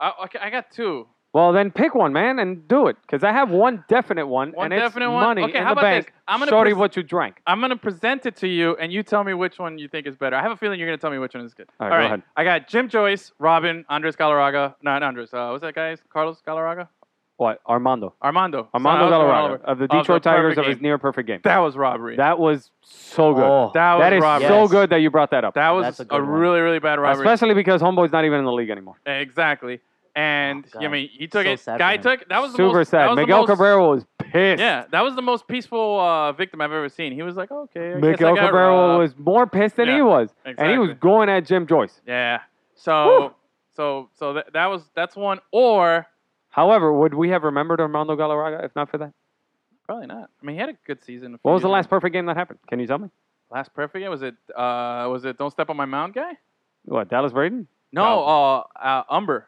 I okay, I got two. Well, then pick one, man, and do it, because I have one definite one, One and it's definite one? money Okay, in how the about this? bank. I'm gonna Shorty, pres- what you drank? I'm gonna present it to you, and you tell me which one you think is better. I have a feeling you're gonna tell me which one is good. All right, go ahead. I got Jim Joyce, Robin, Andres Galarraga. Not Andres. Uh, what's that guy's? Carlos Galarraga. What? Armando. Armando. Armando Sorry, I was going all over. Galarraga of the Of the Detroit Tigers perfect of his game. near perfect game. That was robbery. That, That was so good. Oh. That was that is robbery. so Yes. good that you brought that up. was That's a, a good one. really really bad robbery. Especially because Homeboy's not even in the league anymore. Exactly. And Oh, I mean, he took So it. sad for Guy him. took that was the Super most, that sad. was the Miguel most- Cabrera was pissed. Yeah, that was the most peaceful uh, victim I've ever seen. He was like, okay. I guess Miguel I got Cabrera robbed. was more pissed than he Yeah, was, and he exactly. was going at Jim Joyce. Yeah. So so so that, that was that's one or However, would we have remembered Armando Galarraga if not for that? probably not. I mean, he had a good season. a few What was the years last ago. perfect game that happened? Can you tell me? last perfect game? Was it uh was it Don't Step on My Mound guy? What Dallas Braden? No, uh, uh Umber.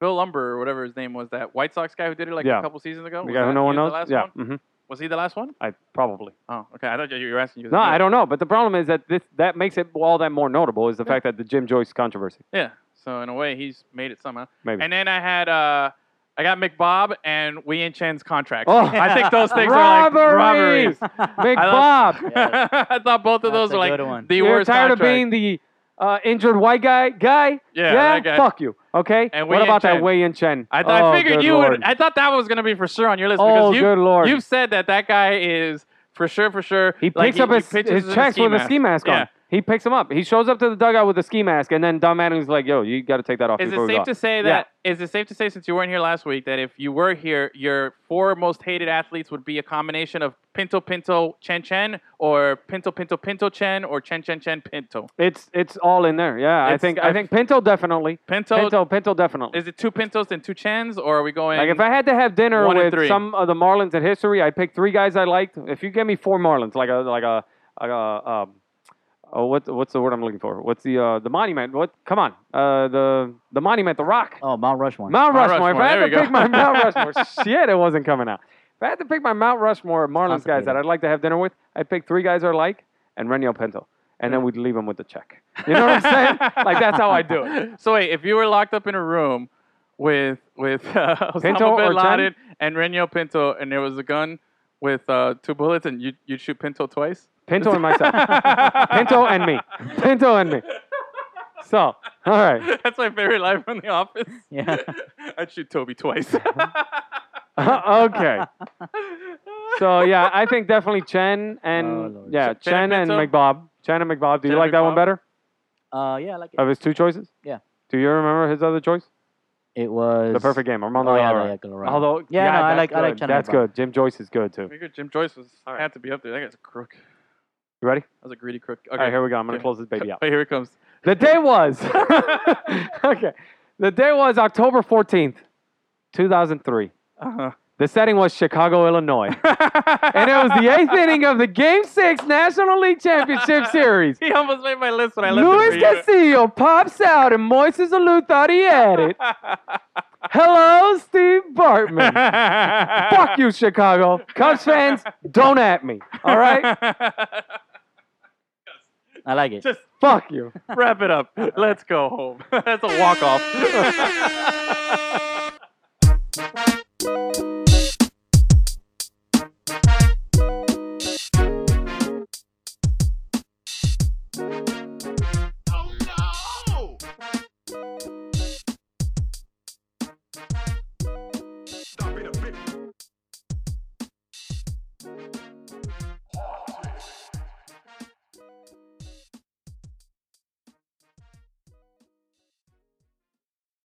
Bill Umber or whatever his name was, that White Sox guy who did it like Yeah. a couple seasons ago. The Was guy who that- no he one was the last knows. Yeah, one? hmm Was he the last one? I probably. Oh, okay. I thought you you were asking you. No, I don't know. But the problem is that this that makes it all that more notable is the fact that the Jim Joyce controversy. Yeah. So in a way, he's made it somehow. Maybe. And then I had uh, I got McBob and Wei and Chen's contract. Oh. I think those things are like robberies. Robberies! Big I Bob. Yeah. I thought both of those That's a were like good one. the You're worst. tired contract. of being the uh, injured white guy guy. Yeah, that guy. fuck you. Okay. And what Wei about and that Chen. Wei and Chen? I, th- I Oh, figured good you Lord. would. I thought that was gonna be for sure on your list oh, because you good lord. you've said that that guy is for sure for sure. he picks like, up his, pitches his in checks with a mask. ski mask on. Yeah. He picks him up. He shows up to the dugout with a ski mask, and then Don Mattingly's like, "Yo, you got to take that off." Is before it we safe go to say Yeah. that? Is it safe to say since you weren't here last week that if you were here, your four most hated athletes would be a combination of Pinto Pinto Chen Chen or Pinto Pinto Pinto Chen or Chen Chen Chen Pinto? It's it's all in there. Yeah, I It's- think I, I- think Pinto definitely. Pinto, Pinto Pinto definitely. Is it two Pintos and two Chens, or are we going? Like if I had to have dinner One and with three. some of the Marlins in history, I'd pick three guys I liked. If you give me four Marlins, like a like a, like a um, oh what what's the word I'm looking for? What's the uh, the monument? What? Come on, uh, the the monument, the Rock, Oh, Mount Rushmore. Mount, Mount Rushmore, Rushmore. If I had there to you go. pick my Mount Rushmore, shit, it wasn't coming out. If I had to pick my Mount Rushmore Marlins guys Complicated. that I'd like to have dinner with, I'd pick three guys I like and Reniel Pinto, and then we'd leave him with the check. You know what I'm saying? like that's how I do it. so wait, if you were locked up in a room with with uh, Osama Pinto or bin Chen? Laden and Renio Pinto, and there was a gun with uh, two bullets, and you you'd shoot Pinto twice. Pinto and myself. Pinto and me. Pinto and me. So, all right. That's my favorite line from The Office. Yeah. I'd shoot Toby twice. Uh-huh. okay. So, yeah, I think definitely Chen and Oh, Lord. yeah, Chen Chen, and and Pinto? McBob. Chen and McBob. Do you Chen like that one McBob? better Uh, yeah, I like it. of his two choices? Yeah. Do you remember his other choice? It was The perfect game. Armando Oh, yeah, Galarraga. I like Galarraga. Although, Yeah, no, I that's like- I like good. Chen and That's McBob. good. Jim Joyce is good too. I figured Jim Joyce was All right. had to be up there. That guy's a crook. You ready? That was a greedy crook. All Okay, right, here we go. I'm gonna Okay. close this baby out. Wait, here it comes. The day was okay. The day was October 14th, 2003. Uh-huh. The setting was Chicago, Illinois. and it was the eighth inning of the Game Six National League Championship Series. He almost made my list when I listened Luis Castillo pops out, and Moises Alou thought he had it. Hello, Steve Bartman. Fuck you, Chicago. Cubs fans, don't at me. All right? I like it. Just Fuck you. wrap it up. Let's go home. That's a walk off.